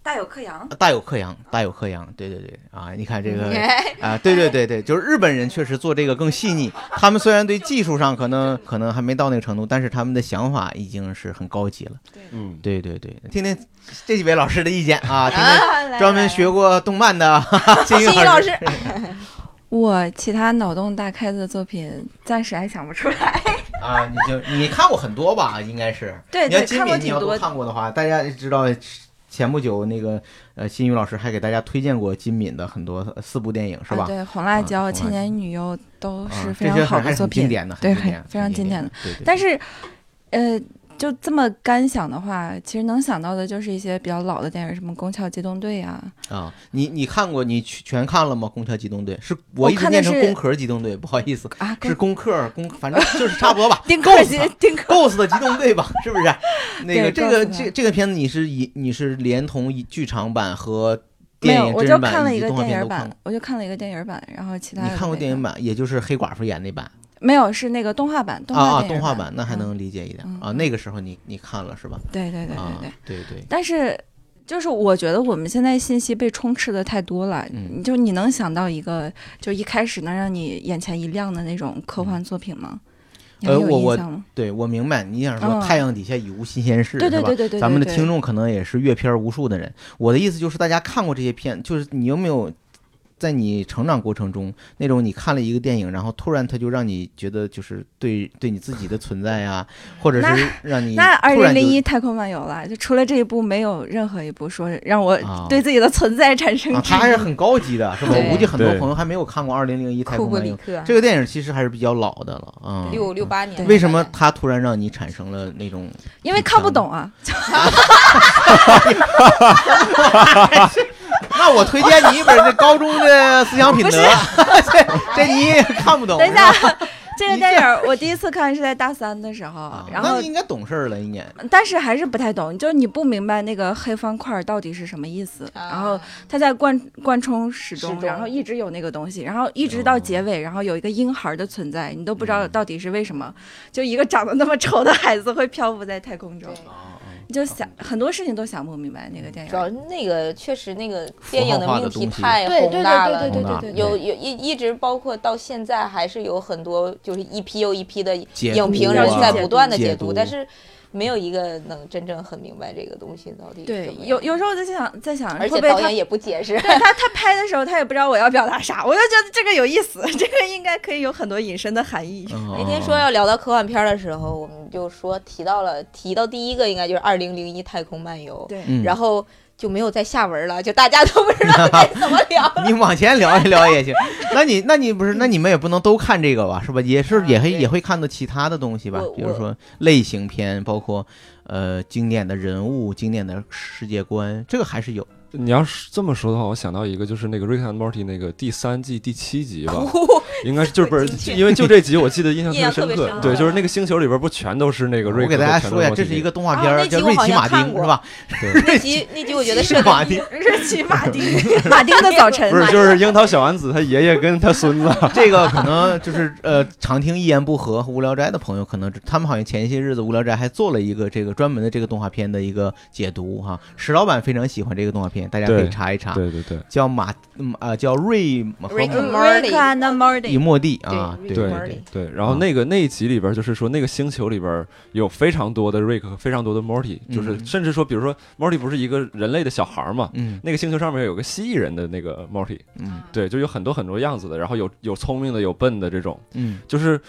大有克洋，嗯
大有克洋，大有克洋，对对对啊！你看这个
哎
啊，对对对对，就是日本人确实做这个更细腻。他们虽然对技术上可能可能还没到那个程度，但是他们的想法已经是很高级了。
嗯，
对对对，听听这几位老师的意见啊，听听
啊来
专门学过动漫的 金宇
新宇
老
老
师
师。
我其他脑洞大开的作品暂时还想不出来。
啊，你就你看过很多吧？应该是。
对
你要
对，
金
看过
敏，你
挺
要
多
都看过的话，大家知道前不久那个呃，新宇老师还给大家推荐过金敏的很多呃四部电影，是
啊
吧？
对，《红辣椒》
啊红辣椒
千年女优》都
啊
是非
这些还
常好
还
的
是
作
很经
品。
典的，很
对
经典
很非常
很经
经典
的。对对
但是，呃，就这么干想的话，其实能想到的就是一些比较老的电影，什么《宫壳机动队》啊，
啊，你你看过你去全看了吗？《宫壳机动队》是我
我
一直
看的
念成《
是
工壳机动队》，不好意 思，
啊，。
是工壳工，反正就是差不多吧
丁克
Ghost
机丁克
Ghost 的机动队吧，是不是？那个
对
这个
Ghost 的
这这个片子你是以你是连同一剧场版和
没
电
有，
影
我
真
就
人
看
版
了
以
一
及
个
动画
电
片都
影
看
版
了。，
我就看了一个电影版，然后其他
你
的
看过
没
电影版，也就是黑寡妇演那版
没有？是那个动画版，动画
啊啊，
电影
动画版那还
嗯
能理解一点
嗯
啊。那个时候你你看了是吧？
对对对对
啊
对。，
对对，
但是就是我觉得我们现在信息被充斥的太多了，
嗯
你就你能想到一个就一开始能让你眼前一亮的那种科幻作品吗？你
嗯
还
呃
有
我我
印象吗？
对我明白你想说
嗯
太阳底下已无新鲜事，
对对
是吧
对对对，
咱们的
对
听，众可能也是阅片无数的人。我的意思就是，大家看过这些片，就是你有没有在你成长过程中，那种你看了一个电影，然后突然它就让你觉得就是对对你自己的存在呀、或者是让你
那二
突
零
然就
零一太空漫游了，就除了这一部，没有任何一部说让我
啊
对自己的存在产生
啊，
质
它还
疑
是。很高级的，是吧？我
对
估计很多
对
朋友还没有看过《二零零一太
库
空
布
漫
里
游》
克
这个电影，其实还是比较老的了啊。嗯
啊六六。八年，
为什么它突然让你产生了那种？
因为看不懂啊，
那我推荐你一本那高中的思想品德， 这这你也看不懂。
等一
是吧
下， 这个
你
电影儿我第一次看是在大三的时候
啊，，
然
那
后
你应该懂事儿了，应该。
但是还是不太懂，就是你不明白那个黑方块到底是什么意思，
啊
啊
然后它在贯贯冲始终，
始终
然后一直有那个东西，然后一直到结尾，然后有一个婴孩的存在，你都不
嗯
知道到底是为什么，就一个长得那么丑的孩子会漂浮在太空中，
嗯
你
嗯
就想很多事情都想不明白那个电
主要
影。
那个确实那个电影
符号化
命
的
题
东西嗯
太宏大了，
对对对
有有一一直包括到现在还是有很多就是一批又一批的
解
影评
读
人
啊
在不断的
解
解
读
读，但是没有一个能真正很明白这个东西到底
对
怎么，样
有有时候我就想在想，
而
会
且
不会
导
他
演也不解释，
对他他拍的时候，他也不知道我要表达啥，我就觉得这个有意思， 这个应该可以有很多引申的含义。
那
那天说要聊到科幻片儿的时候，我们就说提到了提到第一个应该就是《二零零一太空漫游》，
对，
嗯
然后就没有再下文了，就大家都不知道该怎么聊
。你往前聊一聊也行。那你那你不是那你们也不能都看这个吧，是吧？也是
啊
也会
对
也会看到其他的东西吧
我，
比如说类型片，包括呃经典的人物、经典的世界观，这个还是有。
你要是这么说的话，我想到一个，就是那个《Rick and Morty》那个第三季第七集吧，应该是就是不
精确
是，因为就这集我记得印象
印象
特别
特别
深刻
深。
对，就是那个星球里边不全都是那个瑞
我
克
给
和
大
全都
家
是
说呀，这是一个动画片
啊
儿，
那集
叫《
我
瑞
好
奇
像
马丁
看》过
是 吧？
那集那集我觉得
是
设
马
定
丁，
是骑马丁，马丁的早晨
不。是就是樱桃小丸子他爷爷跟他孙子
这个可能就是呃，常听一言不合和无聊斋的朋友，可能他们好像前些日子无聊斋还做了一个这个专门的这个动画片的一个解读哈。石老板非常喜欢这个动画片，大家可以
对
查一查，
对对对，
叫马嗯呃叫瑞和
Rick
嗯
莫
Rick and
蒂莫蒂啊，
对
对
Rick
对
and
对
Morty
对，然后那个那一集里边，就是说那个星球里边有非常多的瑞克和非常多的 Morty，就是
嗯
甚至说，比如说 Morty 不是一个人类的小孩嘛，
嗯
那个星球上面有个蜥蜴人的那个 Morty，
嗯
啊
对，就有很多很多样子的，然后有有聪明的，有笨的这种，
嗯
就是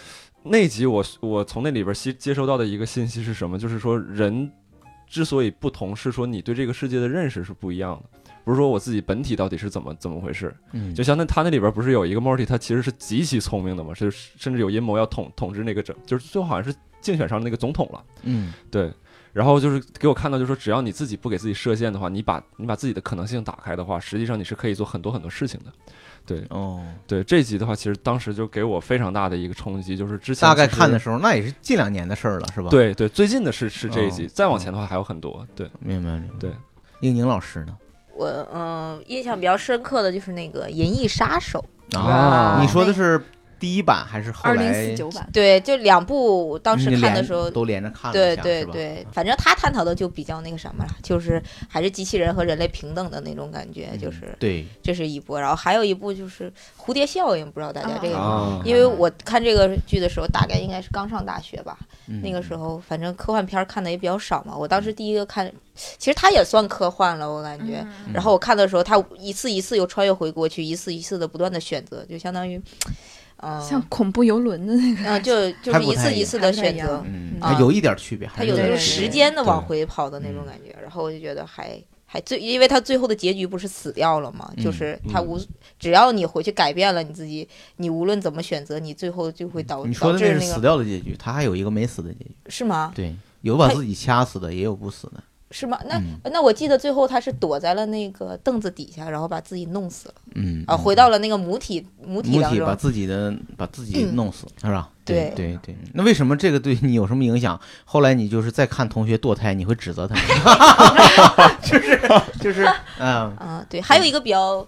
那集我我从那里边吸接收到的一个信息是什么？就是说人之所以不同，是说你对这个世界的认识是不一样的，不是说我自己本体到底是怎么怎么回事。
嗯，
就像那他那里边不是有一个 Morty，他其实是极其聪明的嘛，是甚至有阴谋要统统治那个整，就是最后好像是竞选上那个总统了，
嗯
对。然后就是给我看到，就是说只要你自己不给自己设限的话，你把你把自己的可能性打开的话，实际上你是可以做很多很多事情的。
哦，
对这集的话，其实当时就给我非常大的一个冲击，就是之前
大概
其实
看的时候那也是近两年的事儿了，是吧？，
对对，最近的是是这一集，
哦
再往前的话还有很多。对，
明白明白。
对，
应宁老师呢？
我嗯、印象比较深刻的就是那个《银翼杀手》，
啊，
啊
你说的是第一版还是后
二
来
零四？九版，
对，就两部当时
你
看的
连
时候。
都连着看了
对
一下
对
是吧
对，反正他探讨的就比较那个什么了，就是还是机器人和人类平等的那种感觉，就是
嗯对，
这是一部，然后还有一部就是蝴蝶效应，不知道大家这个有
哦
没有
啊
因为我看这个剧的时候，大概应该是刚上大学吧。
嗯
那个时候，反正科幻片儿看的也比较少嘛。我当时第一个看，其实它也算科幻了，我感觉。
嗯
然后我看的时候，它一次一次又穿越回过去，一次一次的不断的选择，就相当于，嗯、呃，
像恐怖游轮的那个。
嗯、就就
还
是
不
一
太
次
一
一
样
次
还
的
不太
选
一
择。
样
嗯，
啊
它有一点区别，
它
还
有
一
就
点
是
区
时
别
间的往
对嗯
回跑的那种感觉，然后我就觉得还还最，因为它最后的结局不是死掉了嘛，就
嗯
是它
嗯
无只要你回去改变了你自己，你无论怎么选择，你最后就会导
嗯你说
导
的
致
那是
那
死
个啊
掉的结局，他还有一个没死的结局。
是吗？
对，有把自己掐死的，也有不死的。
是吗？那、
嗯
那我记得最后他是躲在了那个凳子底下，然后把自己弄死了
嗯
啊，回到了那个母体母体
母
当
体把
中。嗯
自己的把自己弄死，是吧？
对
对对。那为什么这个对你有什么影响？后来你就是再看同学堕胎，你会指责他们， 就是就是嗯，
啊，对，还有一个比较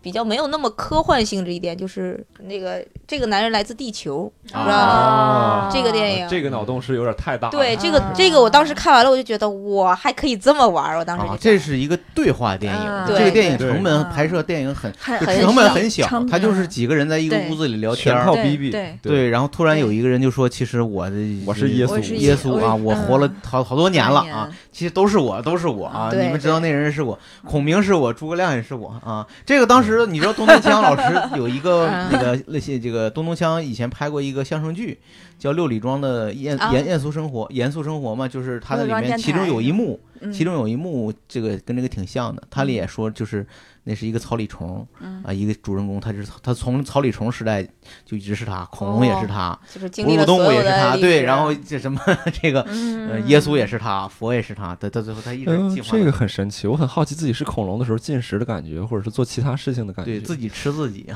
比较没有那么科幻性质一点，就是那个这个男人来自地球，
啊
是吧？
啊
哦这个
哦
电影。
这个脑洞是有点太大了。
对这个
啊
这个，我当时看完了，我就觉得哇，还可以这么玩儿！我当时就
啊，
觉得
这是一个对话电影，
嗯
这个
对
电影
对
成本
嗯
拍摄电影很
还
就
很
成本
小
很小
成，
它就是
嗯
几个人在一个
对
对
屋子里聊天
全
儿
靠
对
BB，
对
对，嗯然后突然有
对
一个人就说：“其实我的
我是耶
我
稣
是
耶稣啊，我活了好好多年了
年
啊，其实都是我，都是我啊，
对
你们知道那人是我，孔明是我，诸葛亮也是我啊。这个当
嗯
时你知道东东锵老师有一个那个类似这个东东锵以前拍过一个相声剧，叫《六里庄的严
啊
严严肃生活》，严肃生活嘛，就是它的
六
里
里庄
面
电
其中
台
有一幕，
嗯
其中有一幕这个跟这个挺像的，它里也说就是那是一个草履虫
嗯
啊，一个主人公他是他从草履虫时代就一直是他，恐龙也是他。
就是哦经
哺
历
乳
了
动
所
物也
有
是
的
他，
历史嗯
对，然后这什么这个，呃，耶稣也是他，佛也是他，到到最后他一直
嗯
进，化
这
到
个很神奇。我很好奇自己是恐龙的时候进食的感觉，或者是做其他事情的感觉。
对自己吃自 己，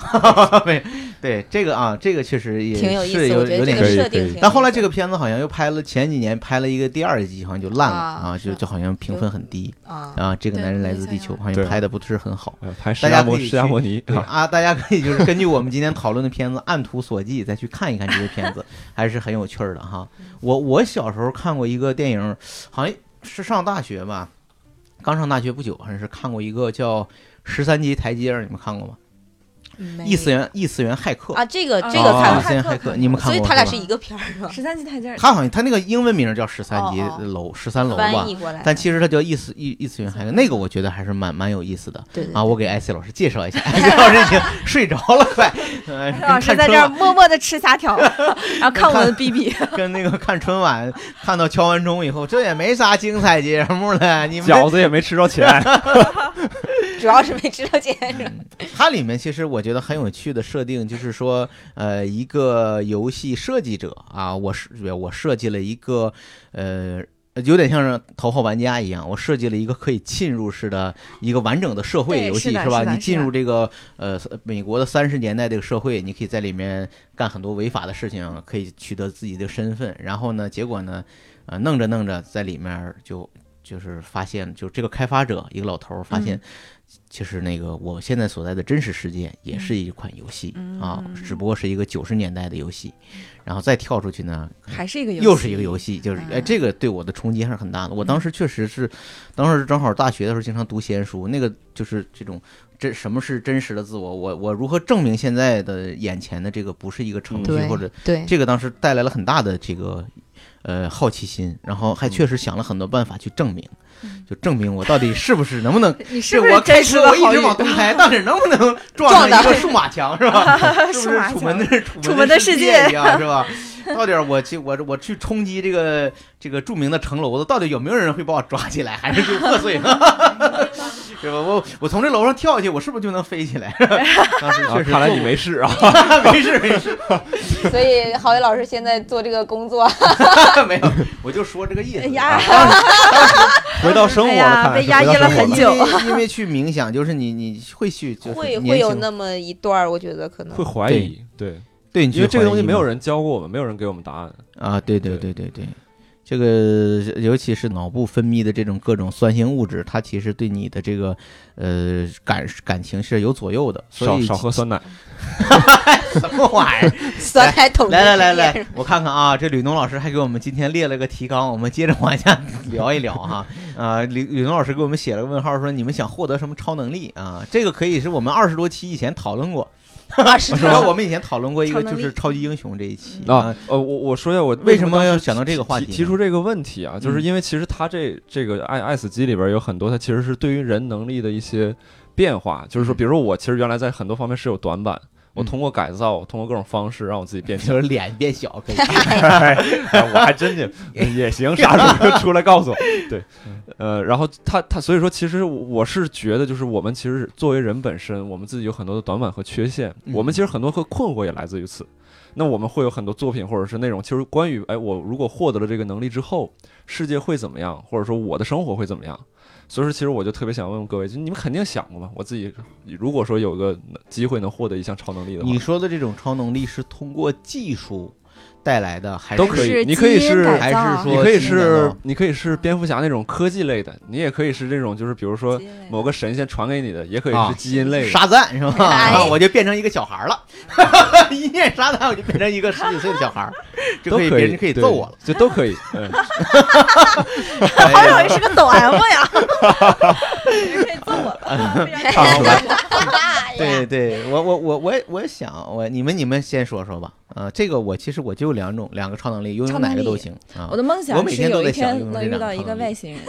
对对，这个啊，这个确实也
挺有意
是
思，
有
我觉
有
得这
点
个
可以
意思。
设定
可以
挺有意思。
但后来这个片子好像又拍了，前几年拍了一个第二季，好像就烂了
啊
啊，就是就好像评分很低
啊，
啊。这个
对
男人来
没
自
想
地
到
球，好像
对
拍的不是很好。
呃拍释
大家
迦
可
摩
以
释迦
去
摩尼
对
啊，
啊，大家可以就是根据我们今天讨论的片子《按图索骥》再去看一看这个片子，还是很有趣儿的哈。我我小时候看过一个电影，好像是上大学吧，刚上大学不久，好像是看过一个叫《十三级台阶》，你们看过吗？
没
异次元异次元骇客
啊，这个
啊
这个
哦
看
异
过，
次元骇客，你们看过？
所以他俩
吧
是一个片儿是吧？
十三级台阶儿，
他好像他那个英文名叫十三级
哦哦
楼，十三楼吧
翻译。过来的，
但其实它叫异次异异次元骇客，那个我觉得还是蛮蛮有意思的。
对对
啊，我给艾希老师介绍一下， 艾希老师已经睡着了， 快，呃
石老师在这儿默默的吃虾条，然后看我的 BB，
跟那个看春晚看到敲完钟以后，这也没啥精彩节目了。你们这
饺子也没吃 着钱。
主要是没知道这件事。
它里面其实我觉得很有趣的设定，就是说，呃，一个游戏设计者啊，我是我设计了一个，呃。有点像是头号玩家一样，我设计了一个可以侵入式的一个完整的社会
对
游戏，
是的
吧？
是的
你进入
是
这个呃美国的三十年代这个社会，你可以在里面干很多违法的事情，可以取得自己的身份。然后呢，结果呢，呃，弄着弄着，在里面就就是发现，就这个开发者一个老头儿发
嗯
现，其实那个我现在所在的真实世界
嗯
也是一款游戏、啊，只不过是一个九十年代的游戏，然后再跳出去呢，
还是一个嗯游戏，
又是一个游戏，就是哎，
嗯
这个对我的冲击还是很大的。我当时确实是，当时正好大学的时候经常读闲书，那个就是这种真什么是真实的自我，我我如何证明现在的眼前的这个不是一个程序
嗯对
或者
对
这个当时带来了很大的这个呃好奇心，然后还确实想了很多办法去证明，
嗯
就证明我到底是不是能不能
你是
这
不
我
是
开车
真实
我
的
一
好
直往东开，到底能 不能撞上一个数码墙是吧？ 是不
数
是
码
楚门的楚
楚
门
门
的
的
世
世
界
界
一样是 吧？到底儿我去我我去冲击这个这个著名的城楼子，到底有没有人会把我抓起来，还是就破碎了？ 是吧？我我从这楼上跳下去，我是不是就能飞起来？ 当时
啊
确实
看来
做
你
过
没事啊，
没事没事，
所以郝宇老师现在做这个工作，
没有，我就说这个意思。啊
哎呀
当时
回到生活
哎
了，
呀
看来
被
是
压
回到
抑了
生活
很
因
久
为因为去冥想，就是你你会去就是
会
年
会有
轻
那么一段儿，我觉得可能
会怀疑，对，
对，你
因为
去
这个
怀
东西
疑
没有
吗
人教过我们，没有人给我们答案。
啊，对对对对对，这个尤其是脑部分泌的这种各种酸性物质，它其实对你的这个呃感感情是有左右的，所
少
以
少 喝酸奶，
什么玩意儿？
酸奶桶
来来来来，我看看啊，这吕东老师还给我们今天列了个提纲，我们接着往 下聊一聊哈。啊，吕吕东老师给我们写了个问号，说你们想获得什么超能力啊？这个可以是我们二十多期以前讨论过，
二十
然后
多，
我们以前讨论过一个
超
就
能力
是超级英雄这一期
啊，呃，我我说一下我
为什么
当时
要想到这个话题
提提
呢
出这个问题啊，就是
嗯
因为其实他这这个爱爱死机里边有很多，它其实是对于人能力的一些变化，就是说，比如说我其实原来在很多方面是有短板。我
嗯
通过改造，我通过各种方式让我自己 变
就是
强。
脸变小 可以。
哎我还真的也行，啥时候出来告诉我？对，呃，然后他他所以说，其实我我是觉得，就是我们其实作为人本身，我们自己有很多的短板和缺陷，
嗯
我们其实很多和困惑也来自于此。那我们会有很多作品或者是内容，就是关于哎，我如果获得了这个能力之后，世界会怎么样，或者说我的生活会怎么样。所以说，其实我就特别想问问各位，就你们肯定想过吧？我自己如果说有个机会能获得一项超能力的话，
你说的这种超能力是通过技术带来的，还是
都可以
是
你可以
基因
是
改
还
造
是说
你可
新
以
的
是
呢
你可以是蝙蝠侠那种科技类的，你也可以是这种就是比如说某个神仙传给你的，也可以
啊
是基因类的。
沙赞是吧？
哎
然后我就变成一个小孩儿了， 一念沙赞我就变成一个十几岁的小孩儿，就
都
以
可
别人可以揍我了。，
对就都可以。 嗯，
哎呀
好是个抖 M 呀，人可以揍我了，
好吧
大呀
对对，我我我我也我也想，我你们你们先说说吧。啊，这个我其实我就两种两个超能力，拥有
超
哪
能
个都
力
行啊
我。的梦
我
想
每
是
天都
有
在
一
想
天
用
能
这
遇
两
到
个
一
超
个
能力
外星人，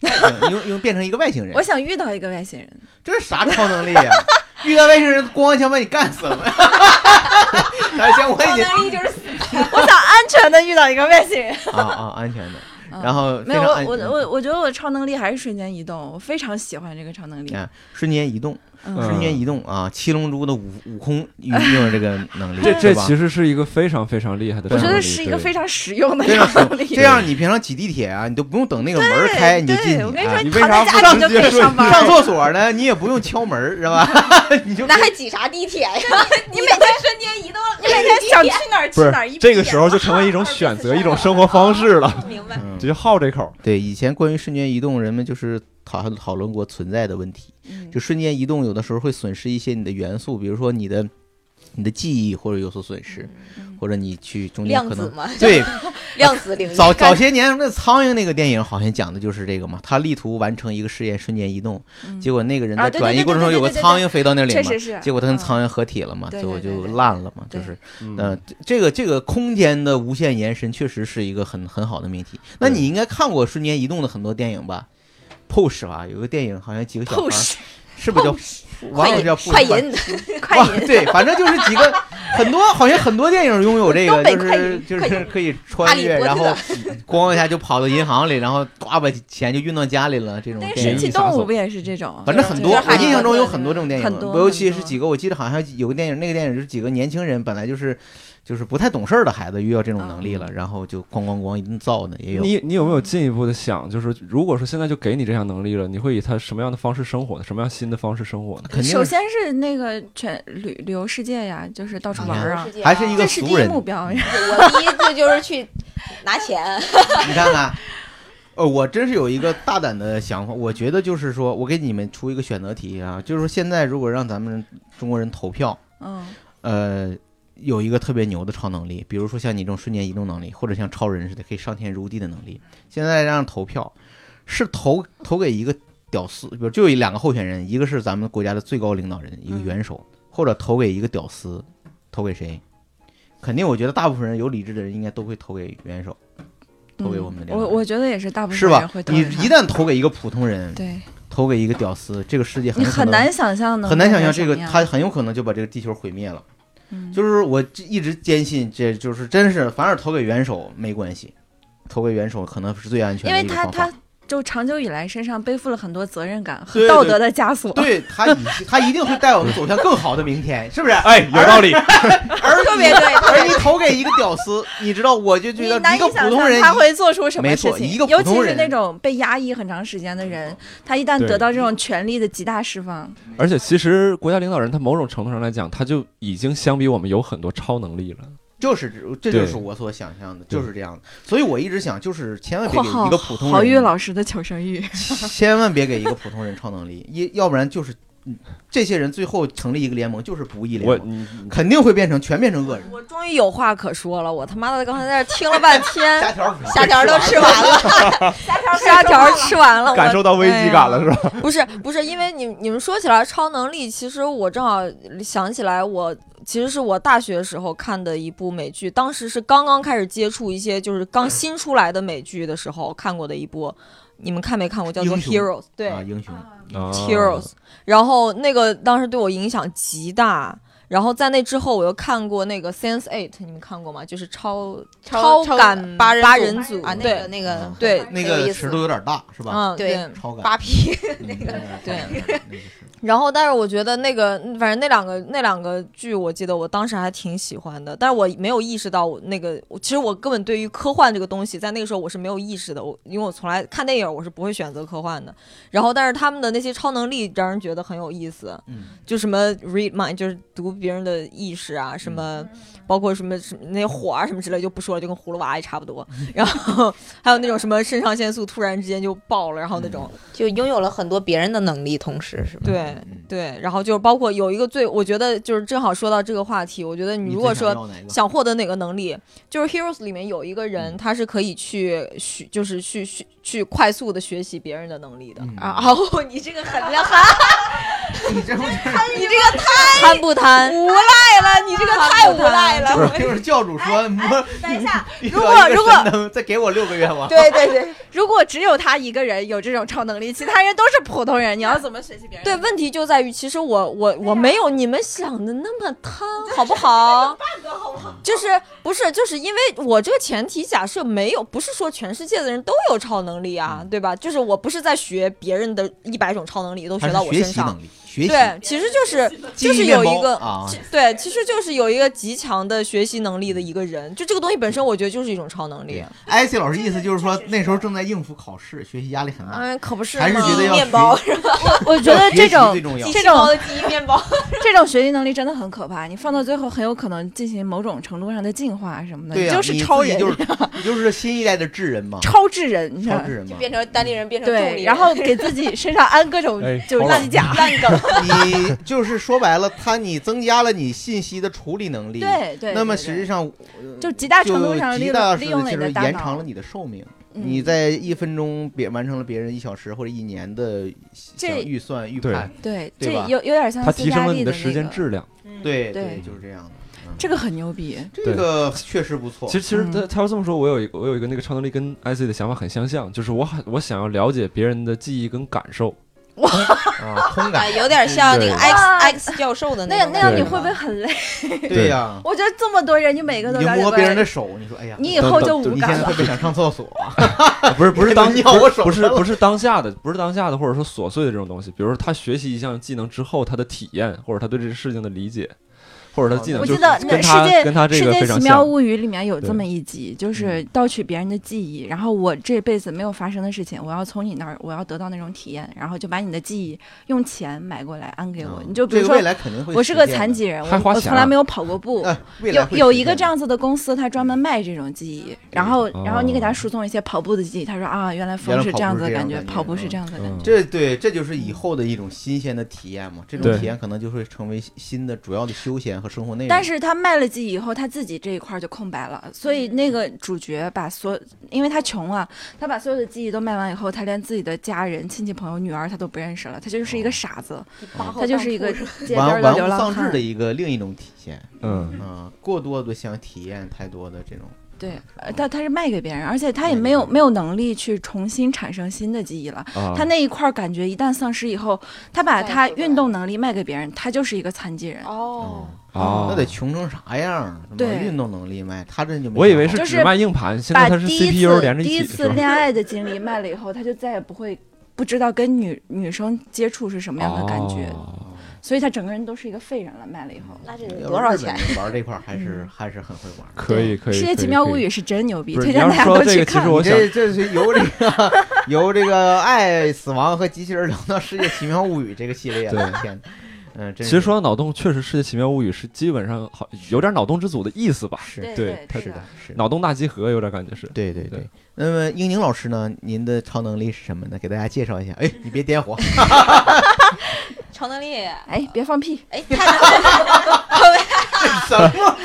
嗯用用变成一个外星人
我，想遇到一个外星人。
这是啥超能力呀、遇到外星人，咣一枪把你干 死了。 还行，我已经
能力就是死
我想安全的遇到一个外星人。
啊啊，安全的。
嗯
然后
没
非
有我
常安
我我我觉得我超能力还是瞬间移动，我非常喜欢这个超能力。
啊，瞬间移动，
嗯
瞬间移动啊！七龙珠的悟悟空 运用了这个能力，
这这
是吧
其实是一个非常非常厉害的
我
超
我觉
能力。
得是一个
对
非常实用的
这样
超能力。
这样，你平常挤地铁啊，你都不用等那个门儿开，你就进去。
对我跟
啊
你
你
说，
为
躺
啥
在
不
家你就
直接
可以
说
上班
上
儿。
厕所呢，你也不用敲门儿，是 吧？你就
那还挤啥地铁呀？ 你每天瞬间移动，你每天
想去哪儿去
不是
哪儿，一
这个
闭
时
眼
候就成 为一种选择，一种生活方式了，
明白。
嗯
直接好这口。
对以前关于瞬间移动，人们就是讨讨论过存在的问题。
嗯
就瞬间移动有的时候会损失一些你的元素，比如说你的你的记忆或者有所损失，
嗯
或者你去中间
量
可
子
能
嘛，
对
量子领域。
早早些年那苍蝇那个电影好像讲的就是这个嘛，他力图完成一个试验瞬间移动，
嗯
结果那个人在
啊对对
转移
对
过程中
对对
有个
对对
苍蝇飞到那里
确
嘛，
实是，
结果他跟
嗯
苍蝇合体了嘛，
对
结果
对对
就
对
烂了嘛，就
对
是
嗯
呃，这这个这个空间的无限延伸确实是一个很很好的命题。那
对
你应该看过瞬间移动的很多电影吧？Push 吧，有个电影好像啊几个小孩儿，是不是叫
快
网友叫
银
Push？
快 银， 快
哇
银，
对，反正就是几 个很多，好像很多电影拥有这个，
东北
就
快
是
银
就
快
是
银
可以
哈
穿
利
越，
波
然后
特
咣一下就跑到银行里，然后呱把钱就运到家里了，这种
那个
电
神
是
影。
奇
杀
动
手
物不也是这种？
反正很多，
就是
我
哈利
印象中
波
有
特
很多这种电
很
影，
多
尤其是
很多
几个，我记得好像有个电影，那个电影是几个年轻人本来就是就是不太懂事儿的孩子遇到这种能力
嗯
了，然后就咣咣咣一顿造的也有。
你你有没有进一步的想，就是如果说现在就给你这项能力了，你会以它什么样的方式生活呢？什么样新的方式生活呢？
肯定
首
是
先是那个全旅旅游世界呀，就是到处玩儿啊，
还是一个
这是第
俗
一
人，
目标。
我第一次就是去 拿钱，
你看看，呃，我真是有一个大胆的想法，我觉得就是说，我给你们出一个选择题啊，就是说现在如果让咱们中国人投票，
嗯，
呃，有一个特别牛的超能力，比如说像你这种瞬间移动能力，或者像超人似的可以上天入地的能力，现在让投票是投投给一个屌丝，比如就有两个候选人，一个是咱们国家的最高领导人，一个元首，或者投给一个屌丝，投给谁？肯定，我觉得大部分人有理智的人应该都会投给元首，投给我们的领导
我
人。
我觉得也是，大部
是
分人
吧
会？投
你
给他
一旦投给一个普通人，
对
投给一个屌丝，这个世界很
你
有可
很
能
难想象呢，
很难想象这个，
变成
他很有可能就把这个地球毁灭了。
什么样
就是我一直坚信，这就是真是，反而投给元首没关系，投给元首可能是最安全
因
的
为
一个
他
方法。
他就长久以来身上背负了很多责任感和
对对
道德的枷锁。
对他已经他一定会带我们走向更好的明天， 是不是？
哎，有道理。
而
特别对，
而你投给一个屌丝，你知道，我就觉
你
得
难
一
以
个
想
普通
象
人
他会做出什么
没
事
错
情，
一个普
尤
通
其是
人
那种被压抑很长时间的人，他一旦
对
得到这种权力的极大释放，
而且其实国家领导人他某种程度上来讲，他就已经相比我们有很多超能力了。
就是这就是
对
我所想象的，
对
就是这样的。所以我一直想，就是千万别
括
给一
号
个普通
郝宇
人
老师的求生欲，
千万别给一个普通人超能力， 一要不然就是嗯这些人最后成立一个联盟就是不义
我
联盟，
你
哦
肯定会变成全变成恶人。
我终于有话可说了，我他妈的刚才在这听了半 天，
虾条
虾条都吃完了，
虾 条吃完了，我
感受到危机感
啊
了是吧？
不是不是，因为你你们说起来超能力，其实我正好想起来我。其实是我大学时候看的一部美剧，当时是刚刚开始接触一些就是刚新出来的美剧的时候看过的一部，你们看没看过？叫做《
英雄
Heroes》，对，
啊，英雄
啊
Heroes，然后那个当时对我影响极大。
然后在那之后，我又看过那个 Sense Eight，你们看过吗？就是超
超
超感
八
八
人
人
组
组
啊，那
对
个那个
对
嗯那
很有
个
意思
尺度有点大，是吧？
嗯
对
超感
八 P
那个
对
那个是
然后，但是我觉得那个，反正那两个那两个剧，我记得我当时还挺喜欢的，但是我没有意识到我那个，我其实我根本对于科幻这个东西，在那个时候我是没有意识的，我因为我从来看电影我是不会选择科幻的。然后，但是他们的那些超能力让人觉得很有意思，
嗯
就什么 read mind，就是读别人的意识啊，什么包括什么什么那火啊什么之类就不说了，就跟葫芦娃也差不多。 然后还有那种什么肾上腺素突然之间就爆了，然后那种
就拥有了很多别人的能力，同时是吧？
对
嗯
对，然后就是包括有一个最，我觉得就是正好说到这个话题，我觉得你如果说想获得哪个能力，就是 Heroes 里面有一个人，
嗯
他是可以去学，就是去去去快速的学习别人的能力的。
啊，
哦，你这个很厉害，
你这不是
贪不贪？无赖了，你这个太无赖了。
就是就是教主说 摸
等一下，
遇
如
到一个
果如果
神灯再给我六个愿望，
对对对，如果只有他一个人有这种超能力，其他人都是普通人，你要怎么学习别人？
对，问题就在于，其实我我我没有你们想的那么贪，好不好？就是不是就是因为我这个前提假设没有，不是说全世界的人都有超能力啊，
嗯
对吧？就是我不是在学别人的一百种超能力都
他
学到
是
我
学
身
习
上，
能力，学习
对，其实就是
记忆
就是有
面
一
包
个
啊，
对，其实就是有一个极强的学习能力的一个人，就这个东西本身，我觉得就是一种超能力。
艾希老师意思就是说那时候正在应付考试，学习压力很大，
嗯，可不是
还是
吗
觉得要
面包
学
我觉得
要学
这
习
种
最重要。
这种
第一面 包，
这种学习能力真的很可怕，你放到最后很有可能进行某种程度上的进化什么的，
对
你
呀、
就是
你
超
自己
人，
就是你就是新一代的智人嘛，
超智人，你知道
超
吗
智？人嘛。
变成单立人，变成助
对，
理，
然后给自己身上安各种
哎
就 是
好冷
机甲，
你就是说白了，他你增加了你信息的处理能力，
对对。
那么
对
实际上
对就极大
就
程度上利
极大
用利
是
用了
其
你
实
的大
延长
脑
了，你的寿命。
嗯
你在一分钟别完成了别人一小时或者一年的
这
想预算预
对
判，
对，
对
这
吧
有有点像
它
斯
提升
嘉
了
丽
你
的
的时间质量。
对
嗯对
就是这样的。嗯
这个很牛逼，
这个确实不错。
其实，其实
嗯
他他要这么说，我有一个我有一个那个超能力跟 IC 的想法很相像，就是我很我想要了解别人的记忆跟感 受。
啊，通
啊，
感，
有点像那个
对
X X 教授的
那
种
那样你
感觉啊
会不会很累？
对呀，
我觉得这么多人，你哎每个都
你
了解
摸
过
别人
来，
的手，你说哎呀，
你以后就无
你现
感
在
了
特。别想上厕所啊，
不是不是当
你咬我手
不是
上了
不是当下的，不是当下的，或者说琐碎的这种东西，比如说他学习一项技能之后他的体验，或者他对这个事情的理解，或者他技能，
我
就
记得那
跟
《
他
世界
跟他这个
世
非
界
常
奇妙
像。
物语》里面有这么一集，就是盗取别人的记忆，然后我这辈子没有发生的事情，我要从你那儿，我要得到那种体验，然后就把你的记忆用钱买过来安给我。
嗯
你就比
这
如
个
说
未，来肯定会。
我是个残疾，人，
还
我
花
我
钱
从来
啊
没有跑过步。
呃，未来
有
会
有
实
一个
现
这样子的公司，它专门卖这种记忆，然后然后你给他输送一些跑步的记忆，他说啊，原来
原
风
来
是
跑
这
步
样
是
子的
这样
感觉，
感觉
跑步是
嗯
这样子的感觉。
嗯
这对，这就是以后的一种新鲜的体验嘛。这种
对
体验可能就会成为新的主要的休闲和生
嗯
活内容。
但是他卖了记忆以后，他自己这一块儿就空白了，所
嗯
以那个主角把所，因为他穷啊，他把所有的记忆都卖完以后，他连自己的家人、亲戚、朋友、女儿他都不认识了，他就是一
哦
个傻子，他就是一个街边
玩
儿的
玩
流
物
浪
丧志
汉
的。一个另一种体现。
嗯，
嗯，过多的想体验太多的这种，
对，呃但他是卖给别人，而且他也没有没有能力去重新产生新的记忆了。
啊
他那一块儿感觉一旦丧失以后，他把
哦再也
他
回不来
运动能力卖给别人，他就是一个残疾人。
哦，
嗯
啊，
那得穷成啥样儿？什么
对
运动能力卖，他这就没
我以为
办法
是
就是
只卖硬盘，现
把
在它是
第一
CPU
次
连着
第
一
一
起，是
次
吧？
恋爱的经历卖了以后，他就再也不会不知道跟女女生接触是什么样的感觉，
哦
所以他整个人都是一个废人了。卖了以后，
那这
啊要
得
是
多少
日本
钱？
人玩这块儿还是
嗯
还是很会玩。
可以可以。
世
可
界
以
奇妙
可
物
以
语》是真牛逼，
不是
推
你
荐
要
大
是
家
说
都
到这
去
个，其实
看。
我
你
想
这这是由这 个由这个爱、死亡和机器人聊到《世界奇妙物语》这个系列了，
对
天哪，嗯，真
其
是
实说到脑洞，确实《世界奇妙物语》是基本上好有点脑洞之祖的意思吧？
是
对
对
对
是
的
的，是的
脑洞大集合有点感觉是。
对对对
对。
那么英宁老师呢？您的超能力是什么呢？给大家介绍一下。哎，你别点 火，
超能 力，
哎，别放屁！
哎，他
什么？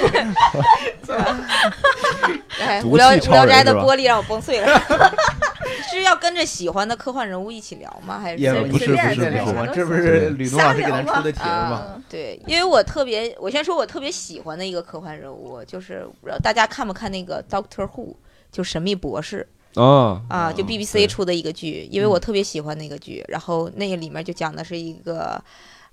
哎
毒
无聊
气
无
超
聊
人
斋的
是吧
玻璃让我崩碎 了。是要跟着喜欢的科幻人物一起聊吗？还是
也
自己
不是
随便
不是
再聊
不 是
嘛
不是
这不是吕东老师给咱出的题目吗？
啊，对，因为我特别，我先说我特别喜欢的一个科幻人物，就是不知道大家看没看那个 Doctor Who，就神秘博士
啊，
啊，就
哦
BBC
对
出的一个剧，因为我特别喜欢那个剧，然后那个里面就讲的是一个。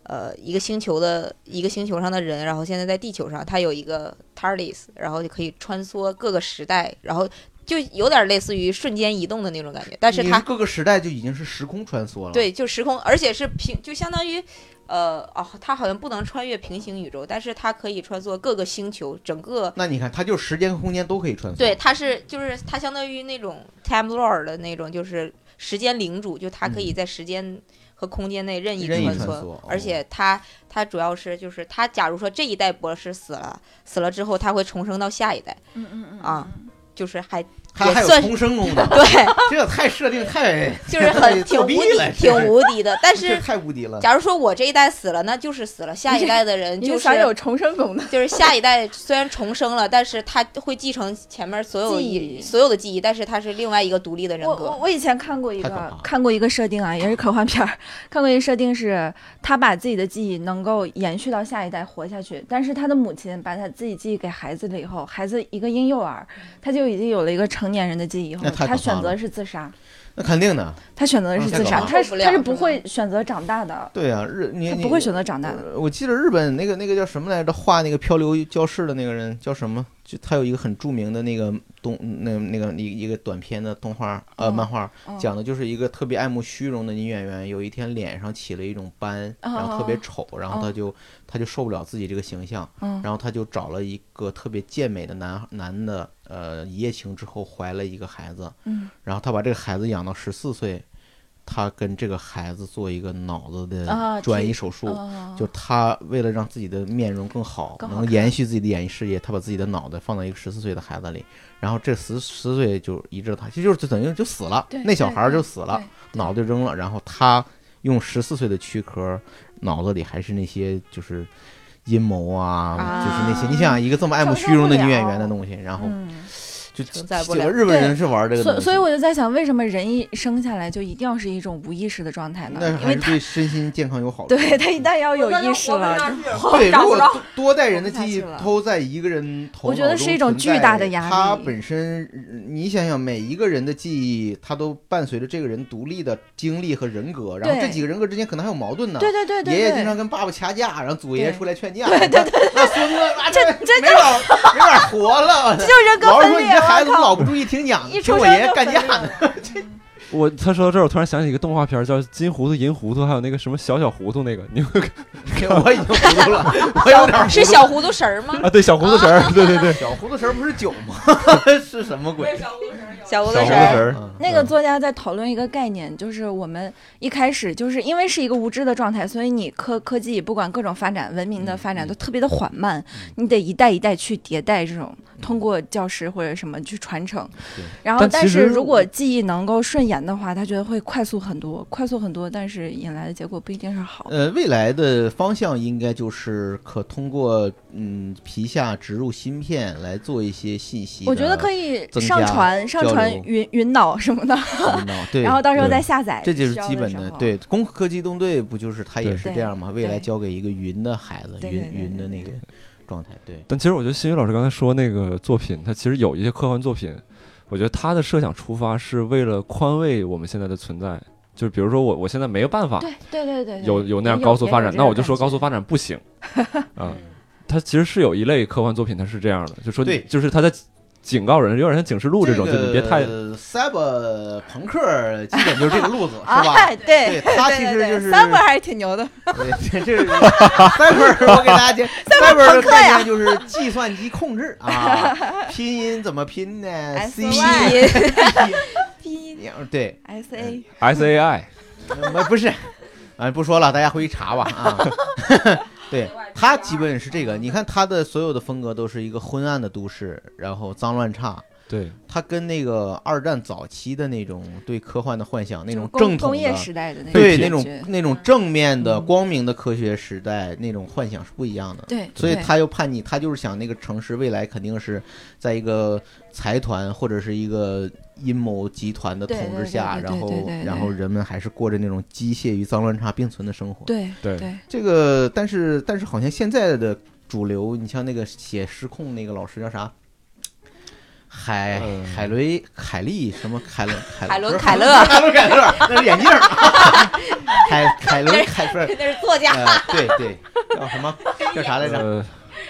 呃一个星球的一个星球上的人，然后现在在地球上，他有一个 TARDIS，然后就可以穿梭各个时代，然后就有点类似于瞬间移动的那种感觉，但是
你
它
各个时代就已经是时空穿梭了。，
对，就时空，而且是平，就相当于，呃，哦，它好像不能穿越平行宇宙，但是它可以穿梭各个星球，整个，
那你看，它就是时间和空间都可以穿梭。
对，，它是就是它相当于那种 time lord 的那种，就是时间领主，就它可以在时间和空间内任意
嗯任意
穿
穿
梭，
梭哦
而且它它主要是就是它，假如说这一代博士死了，死了之后它会重生到下一代，
嗯嗯嗯
啊，就是还
它
也
还有
算是，
重生功能
对，
这太设定太
就 是很挺无
逼
敌
了，，
挺
这
无敌的， 但
这
是。
太无敌了。
假如说我这一代死了，那就是死了。下一代的人
你
就是是
想有重生功能？
就是下一代虽然重生了，但是他会继承前面所有
记忆
一所有的记忆，但是他是另外一个独立的人
我我
格。
我以前看过一
太可怕
个
了
看过一个设定啊，也是科幻片儿， 看过一个设定是，他把自己的记忆能够延续到下一代活下去，但是他的母亲把他自己记忆给孩子了以后，孩子一个婴幼儿，他就已经有了一个成年人的记忆以后
嗯那，太可
他
怕
选
了
择是自杀，
那肯定的，
他选择的是自杀，
嗯
他
受
是
不了
他是不会选择长大的，
对啊，日你
他
你
不会选择长大的。
呃我记得日本那个那个叫什么来着，画那个漂流教室的那个人叫什么？就他有一个很著名的那个动那那个一一个短片的动画呃
哦
漫画，
哦
讲的就是一个特别爱慕虚荣的女演员，有一天脸上起了一种斑，
哦
然后特别丑，然后
哦
她就她就受不了自己这个形象，
嗯
然后她就找了一个特别健美的男男的，呃，一夜情之后怀了一个孩子，
嗯
然后她把这个孩子养到十四岁，她跟这个孩子做一个脑子
啊
的转移手术，
哦
就她为了让自己的面容更好，
更好
能延续自己的演艺事业，她把自己的脑袋放到一个十四岁的孩子里，然后这十十岁就移植她，其实就是就等于就死了
对，
那小孩儿
对
就死了
对，
脑袋就扔了，然后她用十四岁的躯壳，脑子里还是那些就是。阴谋啊，
啊
就是那些，你想一个这么爱慕
承
虚
受
荣的
不
女演
了
员的东西，然后
嗯，
就
承载不
整个
了
日本人是玩这个东
所
西，
所以我就在想，为什么人一生下来就一定要是一种无意识的状态呢
那？
因
还
为
是
他
对身心健康有好处。
对他一旦要有意识了，
对，
长
如果
不到
多多代人的
活不下
记忆
去了
都在一个人头
我觉得
脑中
是一种
存在
巨大的压力
它本身，呃你想想，每一个人的记忆，它都伴随着这个人独立的经历和人格，然后
对
这几个人格之间可能还有矛盾呢。
对对对对对，
爷爷经常跟爸爸掐架，然后祖爷
对
出来劝架。对对对，那孙子啊，这这没法没法活了。
这就人格
老师
分
说你
裂，啊
这孩
我
子
靠！
老不注意听讲，
一
听
出
我
生
爷爷
就
干
分
架
裂
呢。
我他说到这儿，我突然想起一个动画片儿，叫《金糊涂银糊涂》，还有那个什么小小糊涂那个，你们
我已经糊涂了，我有点糊涂
是小糊涂神儿吗？
啊，对小糊涂神儿，对对对，
小糊涂神儿不是酒吗？ 是什么鬼？
小糊涂
小糊涂
神
神
儿，
儿，
嗯
那个作家在讨论一个概念，就是我们一开始就是因为是一个无知的状态，所以你科科技不管各种发展、文明的发展
嗯
都特别的缓慢，你得一代一代去迭代这种通过教师或者什么去传承
对。
然后，
但
但
其
是
实
如果记忆能够顺延的话，他觉得会快速很多，快速很多，但是引来的结果不一定是好。
呃，未来的方向应该就是可通过嗯皮下植入芯片来做一些信息的
我
增
觉
加，
得可以
增
上
加
传上传
交流
云云脑什么的，
嗯 哦对，
然后到时候再
对
下载。
这就是
需要
基本
时
的
候
对。工科技动队不就是它也
对
是这
对
样吗？未来
对
交给一个云的孩子，
对对
云
对对
云的
对
那个状态，对，
但其实我觉得新宇老师刚才说那个作品，它其实有一些科幻作品，我觉得他的设想出发是为了宽慰我们现在的存在，就是比如说我我现在没有办法
对对对对，对
有有那样
也
高速发
也有
展，
这
那
种
我就说
感觉
高速发展不 行啊。它其实是有一类科幻作品，它是这样的，就说
对
就是他在警告人，有点像警示录这种，就你别太。
cyber 朋克，基本就是这个路 子，是
啊
吧？
哎
对
对他其实
对
就
对
是
三本还是挺牛的，
对， 这是 cyber，我给大家讲 cyber 的概念就是计算机控制啊，拼音怎么拼呢哎？C 哎
Y
拼音，对，
S A
S A I，
呃不是，啊，不说了，大家回去查吧啊。 对他基本是这个，你看他的所有的风格都是一个昏暗的都市，然后脏乱差。
对，
他跟那个二战早期的那种对科幻的幻想，那种
工
正统
工业
的
时代的那
对
种
那
感
种
觉
那种正面的、光明的科学时代那种幻想是不一样的。
对，
所以
对
他又叛逆，他就是想那个城市未来肯定是在一个财团或者是一个阴谋集团的
对
统
对
治
对
下，
对
然
对
后
对对
然后人们还是过着那种机械与脏乱差并存的生活。
对
对
对
这个，但是但是好像现在的主流，你像那个写失控那个老师叫啥？海
嗯
海伦凯利什么凯伦凯
海伦
不是
凯勒
海 伦凯勒，那是眼镜儿。 凯凯伦凯不
哎
是，
那是作家。
呃，对对，叫什么叫啥来着？
呃，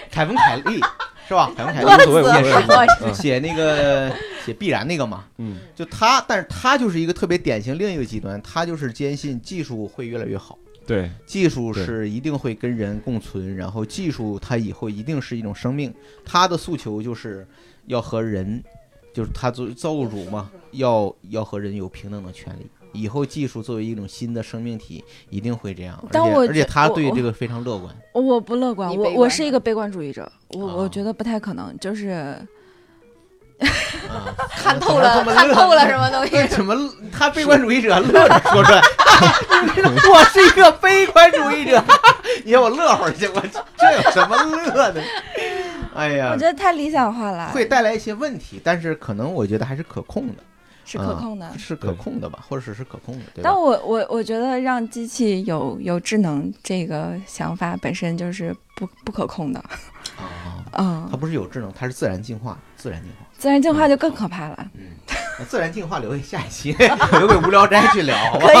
凯文凯 利是吧？凯文凯利
无所谓，无所谓，无所谓嗯
写那个写必然那个嘛，
嗯，
就他，但是他就是一个特别典型另一个极端，他就是坚信技术会越来越好，
对，
技术
对
是一定会跟人共存，然后技术它以后一定是一种生命，他的诉求就是要和人，就是他作为造物主嘛，要要和人有平等的权利。以后技术作为一种新的生命体，一定会这样，而且
但我
而且
觉
他
我
对
我
这个非常乐观。
我不乐观，
你
我
悲
我
观
是一个悲观主义者，我、
啊
我觉得不太可能，就是
啊
看透
怎么
了，
这么
看
乐
透了什么 东西？
为什么他悲观主义者乐着说出来？ 我是一个悲观主义者， 你让我乐会儿去，我这有什么乐的？哎呀
我觉，得太理想化了，
会带来一些问题，但是可能我觉得还是可控的，
是可控的。
是可控的吧，或者是可控的，对吧
嗯但？我我我觉得让机器有有智能这个想法本身就是不不可控的，
啊，
嗯
它，不是有智能，它是自然进化，自然进化。
自然进化就更可怕了。
那自然进化留给下一期，留给无聊斋去聊，好吧？
可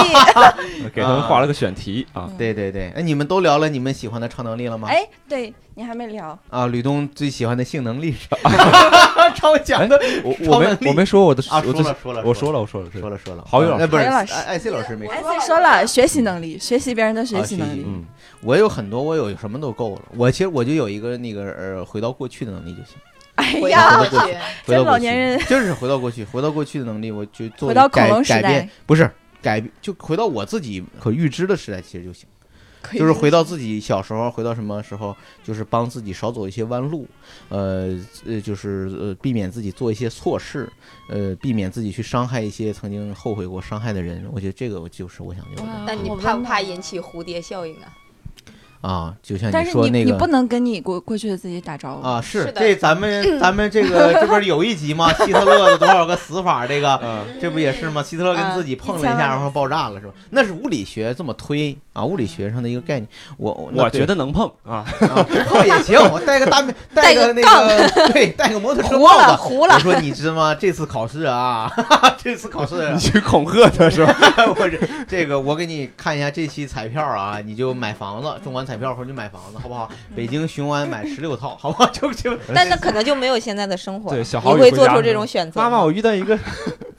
以，
给他们画了个选题啊，
对对对，哎，你们都聊了你们喜欢的超能力了吗？
哎，对你还没聊，
啊，吕东最喜欢的性能力是吧？ 超强的
哎我我
超能力
没我没说我的，
啊！
我
说
这
了说了，
我说了我说了，对
说了说了，
郝宇老师
哎不是
郝宇老师
哎艾希老师没说
哎，自己说了学习能力，学习别人的学
啊
习
学
能
习
力，
嗯，
我有很多，我有什么都够了。我其实我就有一个那个呃，回到过去的能力就行。
哎
回
呀，
到
回到过去，回
这
到过
老
去
年人
就是回到过去，回到过去的能力，我就做
回到恐
改
龙时
改变
代，
不是改变，就回到我自己可预知的时代，其实就行。
可以
就是回到自己小时候，回到什么时候，就是帮自己少走一些弯路，呃呃，就是呃避免自己做一些错事，呃避免自己去伤害一些曾经后悔过伤害的人。我觉得这个我就是我想留
哇
的
那你
我
怕
问
不怕
到
引起蝴蝶效应
哎
啊？
啊，就像
但是
说
你
那
你不
个。
能跟你过过去的自己打招呼，
啊，是
哦是的
这咱 们咱们这个这不是有一集 吗？希特勒的多少个死法，这个这不也是吗？希特勒
嗯
跟自己碰了一
一千
下，
万
然后爆炸了，是吧？那是物理学这么推啊，物理学上的一个概念。我
我
得。
觉得能碰啊，
啊，炮也行，我带个大面，带
带
个
个
那个，对，带个摩托车
糊了，
帽子。
糊
我
了，
说你知道吗？这次考试啊， 这次考试啊
你，去恐吓他是吧？
我这 这个我给你看一下这期彩票啊，你就买房子，中完彩票回去买房子，好不好？北京雄安买十六套，好不好？就就，
但那可能就没有现在的生活了。
对小
你
豪宇
会
回
做
家
出
是
这
吗
种选择
妈
吗？
妈，我遇到一 个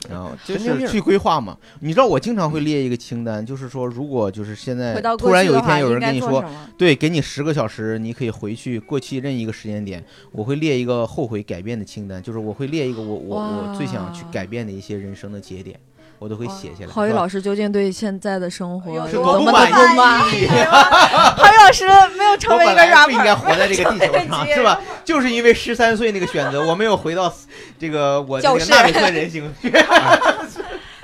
然后就
神经
是
病
去规划嘛。你知道我经常会列一个清单，就是说，如果就是现在
回到
突
过
然
去
有一
的
天
话
有
应
人跟
该
你
做
说，
什么？
对，给你十个小时，你可以回去过去任意一个时间点，我会列一个后悔改变的清单，就是我会列一个我我我最想去
哇
改变的一些人生的节点，我都会写下来。
郝宇
是吧
老师究竟对现在的生活
哎是
有
多
多
不
么
满
的不 满？
意，
哎郝宇老师没有成
我
为
本
一个
来不应
rapper，
该活在这个 地球上，是吧？就是因为十三岁那个选择，我没有回到这个我这
教
个
室
纳米克人形去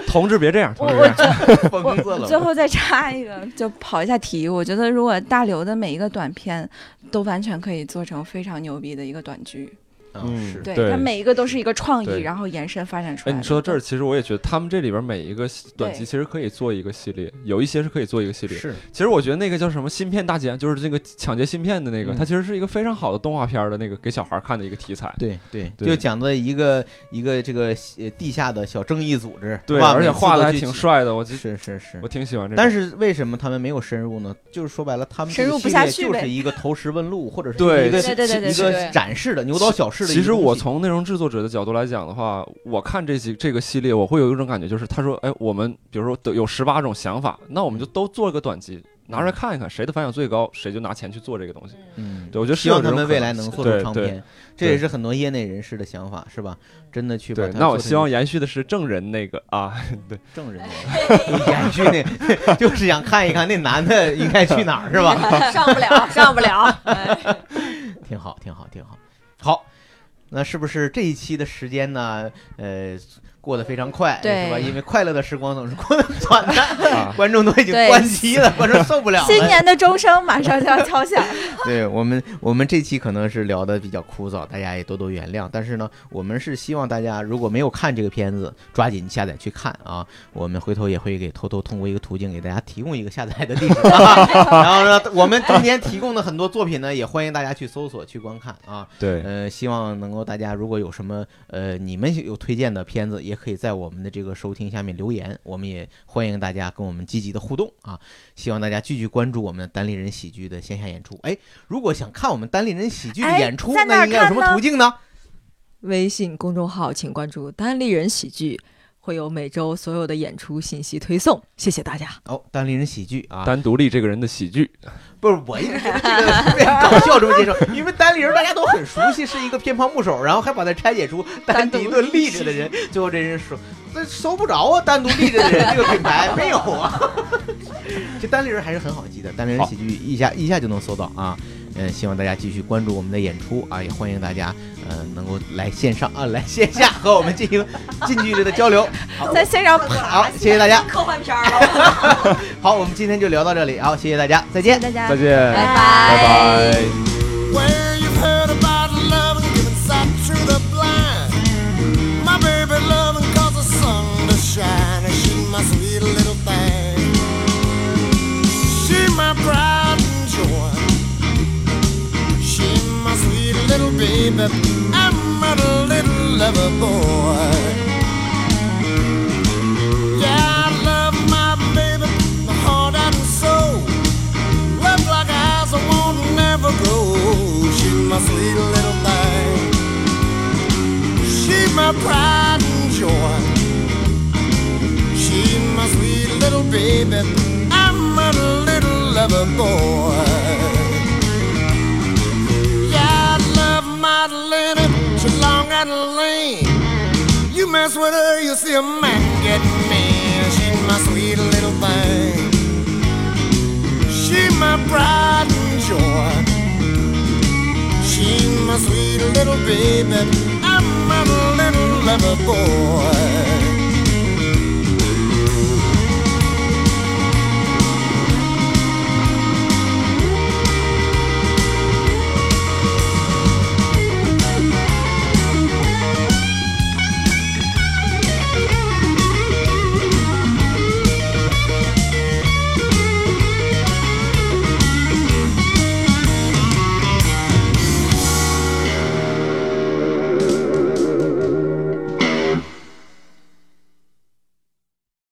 同志，别这样，同
我
志
我
疯
觉
别这样，
子了。
最后再插一个，就跑一下题。我觉得如果大刘的每一个短片，都完全可以做成非常牛逼的一个短剧。
嗯，是
对，
对
它每一个都是一个创意，
对
然后延伸发展出来
哎，
的。
你说到这儿，其实我也觉得他们这里边每一个短集其实可以做一个系列，有一些是可以做一个系列。
是
其实我觉得那个叫什么芯片大劫，就是这个抢劫芯片的那个，
嗯
它其实是一个非常好的动画片的那个给小孩看的一个题材。
对对，
对
就讲的一个一个这个呃地下的小正义组织，
对，
是吧
而且
每次
画的
都
还
去
挺帅的，我就是
是是
我。挺喜欢这个。
但是为什么他们没有深入呢？就是说白了，他们
深入
这个
不
系
下
列
去
就
呗
是一个投石问路，或者是
对
一个
对
对对对
一
对
个
对
展示的牛刀小试的一
其
个东西。
实我从内容制作者的角度来讲的话，我看这几这个系列，我会有一种感觉，就是他说，哎，我们比如说都有十八种想法，那我们就
嗯
都做一个短集，拿出来看一看，谁的反响最高，谁就拿钱去做这个东西。
嗯，
对，我觉得是
希
有
望他
这种
们
可
未来
能
能
性
做出
对
唱
对
片，这也是很多业内人士的想法，是吧？真的去把
对，
它
那我
做成
希望
一个
延续的是证人那个 啊，对，
证人 延续那， 就是想看一看那男的应该去哪儿，是吧？
上不 了，上不了。
挺好，挺好，挺好。好，那是不是这一期的时间呢？呃，过得非常快，
对
是吧？因为快乐的时光总是过得很 短的，
啊
观众都已经
对
关机了，观众受不了了。
新年的钟声马上就要敲响，
对我们，我们这期可能是聊的比较枯燥，大家也多多原谅。但是呢，我们是希望大家如果没有看这个片子，抓紧下载去看啊。我们回头也会给偷偷通过一个途径给大家提供一个下载的地址、啊 然后呢，我们中间提供的很多作品呢，也欢迎大家去搜索去观看啊。
对，
呃，希望能够大家如果有什么呃你们有推荐的片子，也可以在我们的这个收听下面留言，我们也欢迎大家跟我们积极的互动啊！希望大家继续关注我们单立人喜剧的线下演出。哎，如果想看我们单立人喜剧的
哎
演出，
在哪
那
儿
应该有什么
看呢
途径呢？
微信公众号请关注“单立人喜剧”，会有每周所有的演出信息推送。谢谢大家。
哦，单立人喜剧啊，
单独立这个人的喜剧，
不是我一直觉得这个特别搞笑这么 介绍，因为单立人大家都很熟悉，是一个偏旁部首，然后还把它拆解出单独一个立着的人，最后这人说。那搜不着啊，单独立着的人这个品牌没有 啊。这单立人还是很好记的，单立人喜剧一下一下就能搜到啊。嗯，希望大家继续关注我们的演出啊，也欢迎大家呃能够来线上啊来线下和我们进行近距离的交流。好，
在线上
好，谢谢大家。
科幻片儿了，
好，我们今天就聊到这里，好，谢谢大家，再见。
大家
再见，
拜
拜拜。
Where you've heard about love and given sight to the blind. My baby loving cause the sun to shine. And she my sweet little thing. She my pride and joy. She my sweet little baby. I'm my little lover boy. Yeah, I love my baby, my heart and soul. Love like eyes that won't never grow. She my sweet little thing. She my pride and joy. She my sweet little baby. I'm a little lover boy. Yeah, I love my lady. She's long and lean. You mess with her, you see a man get mean. She my sweet little thing. She my pride and joy. She my sweet little baby. I'm a little lover boy.